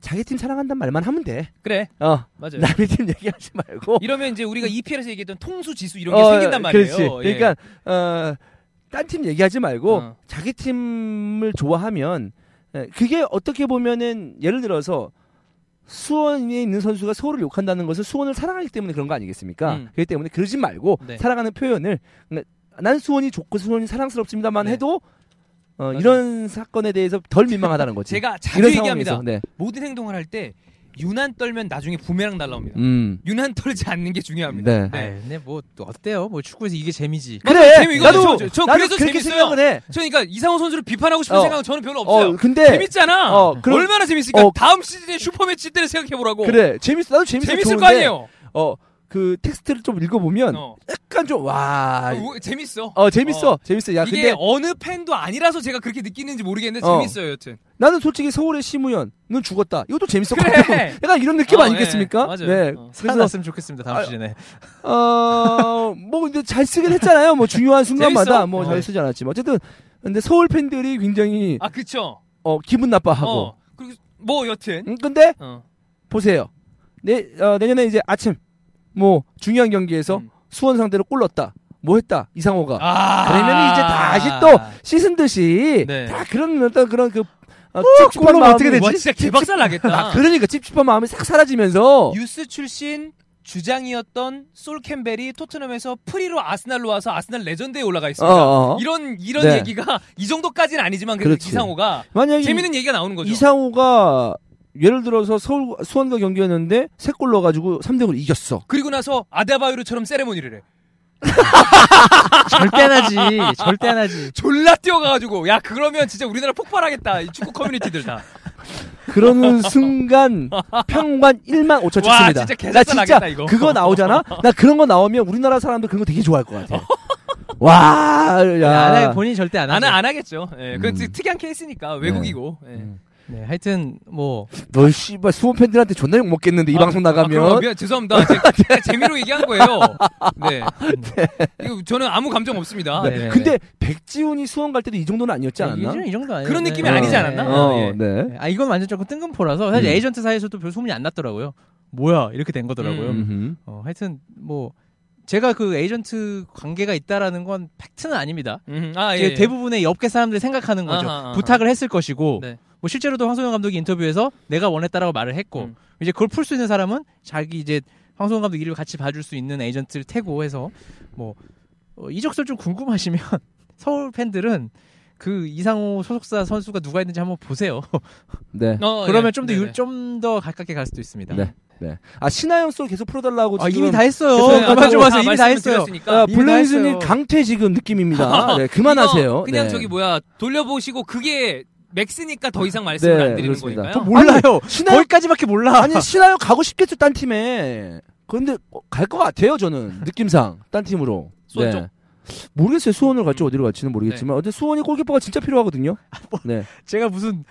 S6: 자기 팀 사랑한단 말만 하면 돼.
S5: 그래
S6: 어,
S5: 맞아요.
S6: 남의 팀 얘기하지 말고.
S5: 이러면 이제 우리가 EPL에서 얘기했던 통수 지수 이런 게
S6: 어,
S5: 생긴단 말이에요.
S6: 그렇지.
S5: 예.
S6: 그러니까 어, 딴 팀 얘기하지 말고
S5: 어.
S6: 자기 팀을 좋아하면 에, 그게 어떻게 보면은 예를 들어서 수원에 있는 선수가 서울을 욕한다는 것은 수원을 사랑하기 때문에 그런 거 아니겠습니까?
S5: 음.
S6: 그렇기 때문에 그러지 말고
S5: 네.
S6: 사랑하는 표현을 그러니까 난 수원이 좋고 수원이 사랑스럽습니다만
S5: 네.
S6: 해도 어,
S5: 맞아요.
S6: 이런 사건에 대해서 덜 민망하다는 거지.
S5: 제가 자주
S6: 이런
S5: 얘기합니다.
S6: 상황에서. 네.
S5: 모든 행동을 할 때 유난 떨면 나중에 부메랑 날라옵니다.
S6: 음.
S5: 유난 떨지 않는 게 중요합니다.
S6: 네.
S7: 아, 근데 뭐 어때요? 뭐 축구에서 이게 재미지.
S6: 그래.
S5: 네. 재미-
S6: 나도
S5: 이거 저- 저
S6: 나도
S5: 그래서
S6: 그렇게
S5: 재밌어요.
S6: 생각을 해.
S5: 그러니까 이상호 선수를 비판하고 싶은
S6: 어.
S5: 생각은 저는 별로 없어요.
S6: 어, 근데
S5: 재밌잖아.
S6: 어, 그럼-
S5: 얼마나 재밌을까?
S6: 어.
S5: 다음 시즌에 슈퍼매치 때를 생각해 보라고.
S6: 그래. 재밌어. 나도 재밌어.
S5: 재밌을 거
S6: 좋은데,
S5: 아니에요.
S6: 어, 그 텍스트를 좀 읽어보면
S5: 어.
S6: 약간 좀 와.
S5: 우- 재밌어.
S6: 아, 어 재밌어 재밌어 야
S5: 이게
S6: 근데
S5: 어느 팬도 아니라서 제가 그렇게 느끼는지 모르겠는데
S6: 어.
S5: 재밌어요 여튼.
S6: 나는 솔직히 서울의 심우현은 죽었다 이것도 재밌었거든
S5: 그래.
S6: 약간 이런 느낌
S5: 어,
S6: 아니겠습니까
S5: 예, 맞아요.
S6: 네
S5: 어.
S7: 살아났으면 좋겠습니다 다음
S6: 아,
S7: 시즌에.
S6: 어뭐 근데 잘 쓰긴 했잖아요 뭐 중요한 순간마다
S5: 재밌어?
S6: 뭐
S5: 어.
S6: 잘 쓰지 않았지만 어쨌든 근데 서울 팬들이 굉장히
S5: 아 그쵸.
S6: 어 기분 나빠하고
S5: 어. 그리고 뭐 여튼.
S6: 음, 근데
S5: 어.
S6: 보세요 내 어, 내년에 이제 아침 뭐 중요한 경기에서
S5: 음.
S6: 수원 상대로 골 넣었다 뭐 했다 이상호가
S5: 아.
S6: 그러면 이제 다시 또 씻은 듯이
S5: 네.
S6: 다 그런 어떤 그런 그 어, 찝찝한 마음이
S5: 어떻게 되지? 와, 진짜 개박살 나겠다.
S6: 아, 그러니까 찝찝한 마음이 싹 사라지면서
S5: 유스 출신 주장이었던 솔 캠벨이 토트넘에서 프리로 아스날로 와서 아스날 레전드에 올라가
S6: 어,
S5: 있습니다.
S6: 어.
S5: 이런 이런
S6: 네.
S5: 얘기가 이 정도까지는 아니지만 그래도
S6: 그렇지.
S5: 이상호가
S6: 만약에
S5: 재밌는 얘기가 나오는 거죠.
S6: 이상호가 예를 들어서 서울 수원과 경기였는데 세 골 넣어가지고 3대0으로 이겼어.
S5: 그리고 나서 아데바요르처럼 세레모니를 해.
S7: 절대 안 하지. 절대 안 하지.
S5: 졸라 뛰어가가지고 야 그러면 진짜 우리나라 폭발하겠다 이 축구 커뮤니티들 다.
S6: 그러는 순간 평관 1만 5천
S5: 와,
S6: 쳤습니다.
S5: 진짜 개작살
S6: 나 진짜
S5: 나겠다, 이거.
S6: 그거 나오잖아. 나 그런 거 나오면 우리나라 사람들 그런 거 되게 좋아할 것 같아. 와,
S7: 안
S6: 야.
S7: 하, 본인이 절대 안 하죠.
S5: 나는 안 하겠죠. 예, 그
S6: 음.
S5: 특이한 케이스니까 외국이고. 예.
S6: 음.
S7: 네, 하여튼 뭐
S6: 너 씨발 수원 팬들한테 존나 욕 먹겠는데 이
S5: 아,
S6: 방송
S5: 아, 그럼, 아,
S6: 나가면. 네.
S5: 미안, 죄송합니다. 제, 제가 재미로 얘기한 거예요. 네. 음. 이거 저는 아무 감정 없습니다.
S7: 네.
S5: 네.
S6: 근데 백지훈이 수원 갈 때도 이 정도는 아니었지 않았나?
S7: 이 정도 아니에요. 네.
S5: 그런 느낌이
S6: 어.
S5: 아니지 않았나?
S6: 어,
S5: 예.
S6: 네.
S7: 아 이건 완전 조금 뜬금포라서 사실
S6: 음.
S7: 에이전트 사이에서도 별 소문이 안 났더라고요. 뭐야 이렇게 된 거더라고요.
S5: 음.
S6: 음흠.
S7: 어, 하여튼 뭐 제가 그 에이전트 관계가 있다라는 건 팩트는 아닙니다.
S5: 음, 아,
S7: 이게
S5: 예.
S7: 대부분의 업계 사람들이 생각하는 거죠.
S5: 아하, 아하.
S7: 부탁을 했을 것이고
S5: 네.
S7: 뭐 실제로도 황소영 감독이 인터뷰에서 내가 원했다라고 말을 했고
S5: 음.
S7: 이제 그걸 풀 수 있는 사람은 자기 이제 황성훈 감독 일을 같이 봐줄 수 있는 에이전트를 태고 해서 뭐 어, 이적설 좀 궁금하시면 서울 팬들은 그 이상호 소속사 선수가 누가 있는지 한번 보세요.
S6: 네.
S5: 어, 예. 네네.
S7: 그러면 좀 더 좀 더 가깝게 갈 수도 있습니다.
S6: 네. 아 신하영 소 계속 풀어달라고
S7: 아,
S6: 지금
S7: 이미 다 했어요.
S5: 그래서
S7: 그만
S5: 아까
S7: 좀
S5: 다
S7: 와서 이미 다
S5: 말씀을
S7: 했어요.
S5: 드렸으니까.
S6: 아,
S7: 이미 다
S6: 블루인스님
S7: 했어요.
S6: 강퇴 지금 느낌입니다. 네, 그만하세요.
S5: 이거 그냥
S6: 네.
S5: 저기 뭐야 돌려보시고 그게 맥스니까 더 이상 말씀을
S6: 네,
S5: 안 드리는
S6: 그렇습니다.
S5: 거니까요.
S6: 저 몰라요.
S7: 몰라요.
S6: 신하영
S7: 거기까지밖에 몰라.
S6: 아니 신하영 가고 싶겠죠 딴 팀에. 그런데 어, 갈 것 같아요 저는 느낌상 딴 팀으로.
S5: 수원
S6: 네.
S5: 쪽? 네.
S6: 모르겠어요 수원을 갈지 어디로 갈지는 모르겠지만 어제 수원이 골키퍼가 진짜 필요하거든요.
S5: 아, 뭐.
S6: 네.
S7: 제가 무슨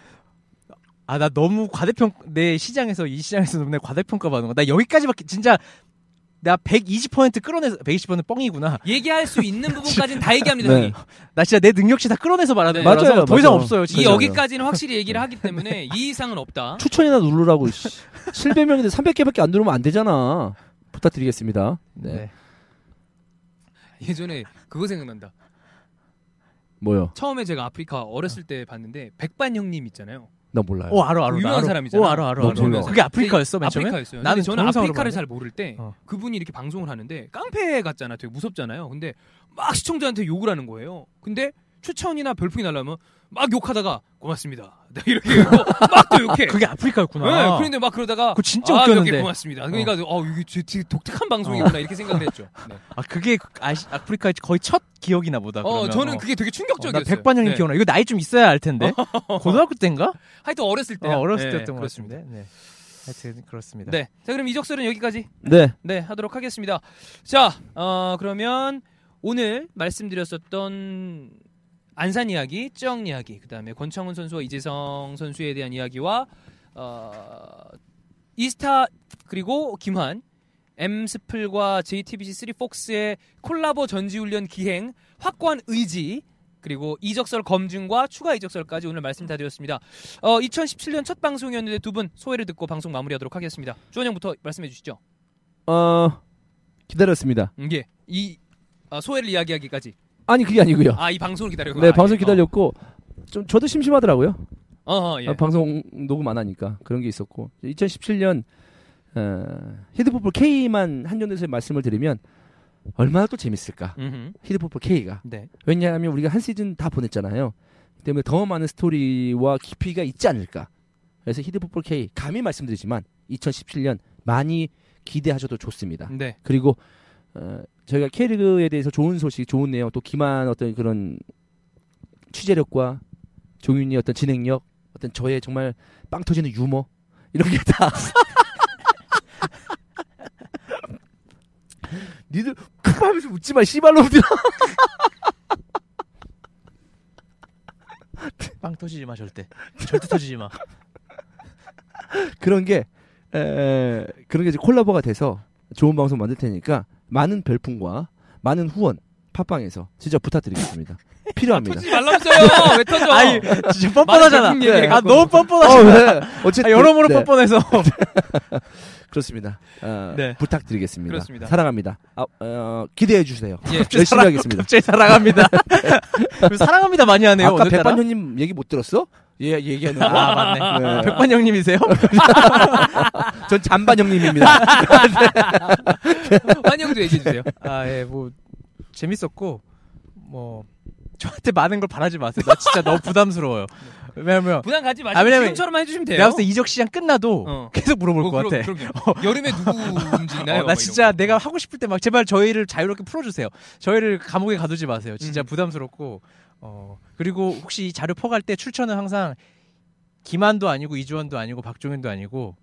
S7: 아 나 너무 과대평 내 시장에서 이 시장에서 너무 내 과대평가 받는 거나 여기까지밖에 진짜 나 120% 끌어내서 120%는 뻥이구나.
S5: 얘기할 수 있는 부분까지는 다 얘기합니다.
S6: 네.
S5: 형님.
S7: 나 진짜 내 능력치 다 끌어내서 말하는
S5: 네.
S7: 거라서
S6: 맞아요,
S7: 더 이상
S6: 맞아요.
S7: 없어요.
S5: 이
S7: 진짜.
S6: 맞아요.
S5: 여기까지는 확실히 얘기를 하기 때문에 이 이상은 없다.
S6: 추천이나 누르라고 700명인데 300개밖에 안 누르면 안 되잖아. 부탁드리겠습니다. 네.
S7: 네.
S5: 예전에 그거 생각난다.
S6: 뭐요?
S5: 처음에 제가 아프리카 어렸을 때 봤는데 백반 형님 있잖아요.
S6: 나 몰라요.
S7: 오 어, 알아 알아.
S5: 유명한
S7: 알아.
S5: 사람이잖아.
S7: 오 알아 알아.
S6: 너무
S7: 알아.
S6: 유명한
S7: 그게 아프리카였어 맨 처음에.
S5: 아프리카였어요.
S7: 나는
S5: 나는 저는
S7: 동영상으로
S5: 아프리카를
S7: 봤는데.
S5: 잘 모를 때
S7: 어.
S5: 그분이 이렇게 방송을 하는데 깡패 같잖아. 되게 무섭잖아요. 근데 막 시청자한테 욕을 하는 거예요. 근데 추천이나 별풍이 날라면 막 욕하다가 고맙습니다. 네, 이렇게 막 또 욕해. 네,
S7: 그게 아프리카였구나.
S5: 그런데 막 그러다가
S7: 그거 진짜
S5: 아,
S7: 웃겼는데. 어.
S5: 이렇게 고맙습니다. 그러니까 어, 이게 되- 되게 독특한 방송이구나 이렇게 생각을 했죠. 네.
S7: 아 그게 그 아시, 아프리카의 거의 첫 기억이나 보다.
S5: 어,
S7: 그러면.
S5: 저는 그게 되게
S7: 어, 나
S5: 충격적이었어요.
S7: 백반 형님
S5: 네.
S7: 기억나. 이거 나이 좀 있어야 알 텐데. 고등학교 때인가?
S5: 하여튼 어렸을 때
S7: 어, 어렸을 때였던 것
S5: 네, 그렇습니다.
S7: 같은데. 네. 하여튼 그렇습니다.
S5: 네. 자, 그럼 이적설은 여기까지
S6: 네.
S5: 네, 하도록 하겠습니다. 자, 어, 그러면 오늘 말씀드렸었던 안산 이야기, 쩡 이야기, 그 다음에 권창훈 선수와 이재성 선수에 대한 이야기와 어, 이스타 그리고 김환, 엠스플과 JTBC3 폭스의 콜라보 전지훈련 기행, 확고한 의지, 그리고 이적설 검증과 추가 이적설까지 오늘 말씀 다 드렸습니다. 어, 2017년 첫 방송이었는데 두 분 소회를 듣고 방송 마무리하도록 하겠습니다. 주원 형부터 말씀해 주시죠.
S6: 어 기다렸습니다.
S5: 이게 음, 예. 이 아, 소회를 이야기하기까지.
S6: 아니 그게 아니고요.
S5: 아 이 방송을 기다려고.
S6: 네 방송 기다렸고 좀 저도 심심하더라고요.
S5: 어, 어, 예.
S6: 아, 방송 녹음 안 하니까 그런 게 있었고 2017년 어, 히드풋볼 K만 한전에서 말씀을 드리면 얼마나 또 재밌을까
S5: 음흠.
S6: 히드풋볼 K가
S5: 네.
S6: 왜냐하면 우리가 한 시즌 다 보냈잖아요. 그 때문에 더 많은 스토리와 깊이가 있지 않을까. 그래서 히드풋볼 K 감히 말씀드리지만 2017년 많이 기대하셔도 좋습니다.
S7: 음.
S5: 네.
S6: 그리고 어, 저희가 K리그에 대해서 좋은 소식, 좋은 내용, 또 기만 어떤 그런 취재력과 종윤이 어떤 진행력, 어떤 저의 정말 빵 터지는 유머 이런 게 다. 니들 크 하면서 웃지 마, 씨발놈들아.
S7: 빵 터지지 마 절대. 절대 터지지 마.
S6: 그런 게 에, 그런 게 이제 콜라보가 돼서 좋은 방송 만들 테니까 많은 별풍과 많은 후원 팟빵에서 진짜 부탁드리겠습니다. 필요합니다.
S5: 터지 말라면서요. 왜 터져?
S7: 아니 진짜 뻔뻔하잖아.
S5: 많은 얘기를
S7: 아
S5: 갖고
S7: 너무 뻔뻔하잖아.
S6: 어쨌든
S7: 아, 여러모로
S6: 네,
S7: 뻔뻔해서
S6: 그렇습니다. 어,
S7: 네.
S6: 부탁드리겠습니다.
S5: 그렇습니다.
S6: 사랑합니다. 아, 어, 기대해 주세요.
S5: 예.
S6: 열심히 하겠습니다.
S7: 갑자기 사랑합니다. 그리고 사랑합니다 많이 하네요.
S6: 아까
S7: 오늘따라.
S6: 백반 형님 얘기 못 들었어? 예 얘기하는 거.
S7: 아 맞네.
S6: 네.
S7: 백반 형님이세요?
S6: 전 잔반 형님입니다.
S5: 환영도 얘기해 주세요.
S7: 아 예 뭐 재밌었고 뭐 저한테 많은 걸 바라지 마세요. 나 진짜 너무 부담스러워요. 왜냐면
S5: 부담 가지 마시고
S7: 아, 왜냐면-
S5: 지금처럼만 해주시면 돼요.
S7: 내가 봤을 때 이적 시장 끝나도
S5: 어.
S7: 계속 물어볼
S5: 어,
S7: 것
S5: 그럼,
S7: 같아.
S5: 그럼요. 여름에 누구 움직이나요? 막
S7: 어, 나
S5: 이런
S7: 진짜
S5: 거.
S7: 내가 하고 싶을 때 막 제발 저희를 자유롭게 풀어주세요. 저희를 감옥에 가두지 마세요. 진짜
S5: 음.
S7: 부담스럽고 어 그리고 혹시 이 자료 퍼갈 때 출처는 항상 김한도 아니고 이주원도 아니고 박종현도 아니고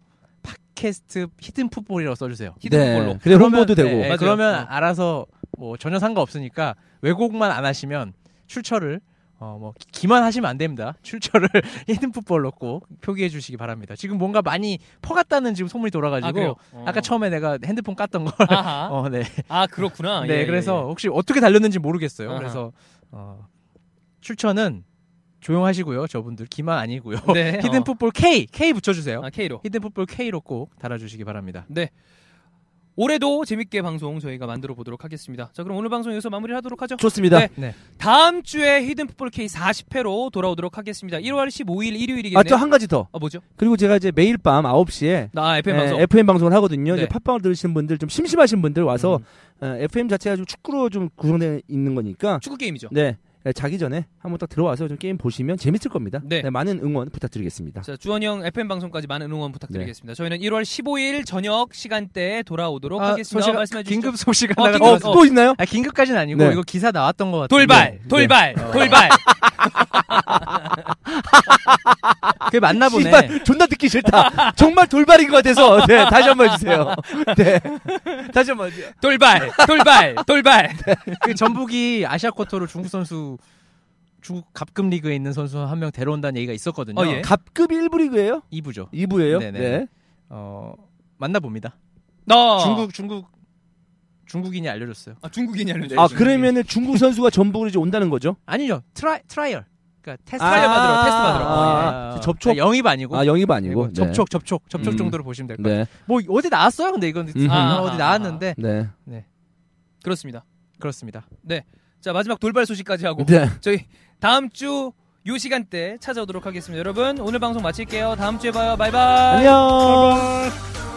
S7: 팟캐스트 히든 풋볼이라고 써주세요.
S5: 히든 걸로.
S6: 네. 그래 홍보도 되고.
S7: 예, 예,
S5: 맞아요.
S7: 그러면
S5: 어.
S7: 알아서 뭐 전혀 상관없으니까 왜곡만 안 하시면 출처를 어 뭐 기만 하시면 안 됩니다. 출처를 히든 풋볼로 꼭 표기해 주시기 바랍니다. 지금 뭔가 많이 퍼갔다는 지금 소문이
S5: 아,
S7: 돌아가지고
S5: 그래요? 어.
S7: 아까 처음에 내가 핸드폰 깠던 걸
S5: 아하.
S7: 어, 네.
S5: 아 그렇구나.
S7: 네,
S5: 예,
S7: 그래서 혹시 어떻게 달렸는지 모르겠어요.
S5: 아하.
S7: 그래서 어, 출처는 조용하시고요. 저분들 기만 아니고요.
S5: 예, 예. 네.
S7: 히든
S5: 어.
S7: 풋볼 K K 붙여주세요.
S5: 아 예. K로. 네.
S7: 히든 풋볼 K로 꼭 달아주시기 바랍니다.
S5: 올해도 재밌게 방송 저희가 만들어 보도록 하겠습니다. 자, 그럼 오늘 방송 여기서 마무리하도록 하죠.
S6: 좋습니다.
S5: 네.
S7: 네.
S5: 다음 주에 히든 풋볼 K 40회로 돌아오도록 하겠습니다. 1월 15일 일요일이겠네요.
S6: 아, 또 한 가지 더.
S5: 아, 뭐죠?
S6: 그리고 제가 이제 매일 밤 예, 9시에
S5: 나 FM 방송.
S6: FM 방송을 하거든요.
S5: 네. 음.
S6: 이제 팟빵을 들으시는 분들 좀 심심하신 분들 와서 예, 에, FM 자체가 좀 축구로 좀 구성되어 있는 거니까
S5: 축구 게임이죠.
S6: 네. 에, 자기 전에 한번 딱 들어와서 좀 게임 보시면 재밌을 겁니다.
S5: 네.
S6: 많은 응원 부탁드리겠습니다.
S5: 자, 주원이 형 FM 방송까지 많은 응원 부탁드리겠습니다. 저희는 1월 15일 저녁 시간대에 네. 돌아오도록 하겠습니다. 어,
S7: 소식-
S5: 말씀해 주시죠.
S7: 긴급 소식
S5: 어,
S7: 하나가
S5: 긴급-
S7: 어,
S5: 어.
S6: 또 있나요?
S7: 아, 긴급까지는 아니고
S6: 네.
S7: 이거 기사 나왔던 것 같아요.
S5: 돌발, 돌발, 돌발.
S7: 아, 그게
S5: 아,
S7: 맞나 보네.
S6: 씨발, 존나 듣기 싫다. 정말 돌발인 것 같아서. 네, 다시 한 번 해주세요. 네. 다시 한 번. 해주세요.
S5: 돌발, 돌발, 돌발.
S7: 그 전북이 아시아 쿼터로 중국 선수 중국 갑급 리그에 있는 선수 한 명 데려온다는 얘기가 있었거든요.
S5: 어, 예.
S6: 갑급 1부 리그예요
S7: 2부죠.
S6: 2부예요?
S7: 네네.
S6: 네.
S7: 어, 만나 봅니다.
S5: 너
S7: 중국 중국 중국인이 알려줬어요.
S5: 아, 중국인이 알려줘.
S6: 아, 그러면은 중국 선수가 전북으로 이제 온다는 거죠?
S7: 아니죠. 트라이 트라이얼. 그러니까 테스트
S6: 아,
S7: 받으러 테스트 받으러.
S6: 아,
S7: 어, 예.
S6: 접촉?
S7: 아, 영입 아니고.
S6: 아, 영입 아니고.
S7: 그리고
S6: 네.
S7: 접촉 접촉 접촉
S6: 음.
S7: 정도로 보시면 될 것 같아요.
S6: 네.
S7: 뭐 어디 나왔어요? 근데 이건
S6: 음.
S7: 아,
S5: 아,
S7: 어디
S5: 아,
S7: 나왔는데
S6: 네.
S5: 그렇습니다.
S7: 그렇습니다.
S5: 자, 마지막 돌발 소식까지 하고
S6: 네.
S5: 저희 다음 주 요 시간대 찾아오도록 하겠습니다. 여러분, 오늘 방송 마칠게요. 다음 주에 봐요. 바이바이.
S6: 안녕.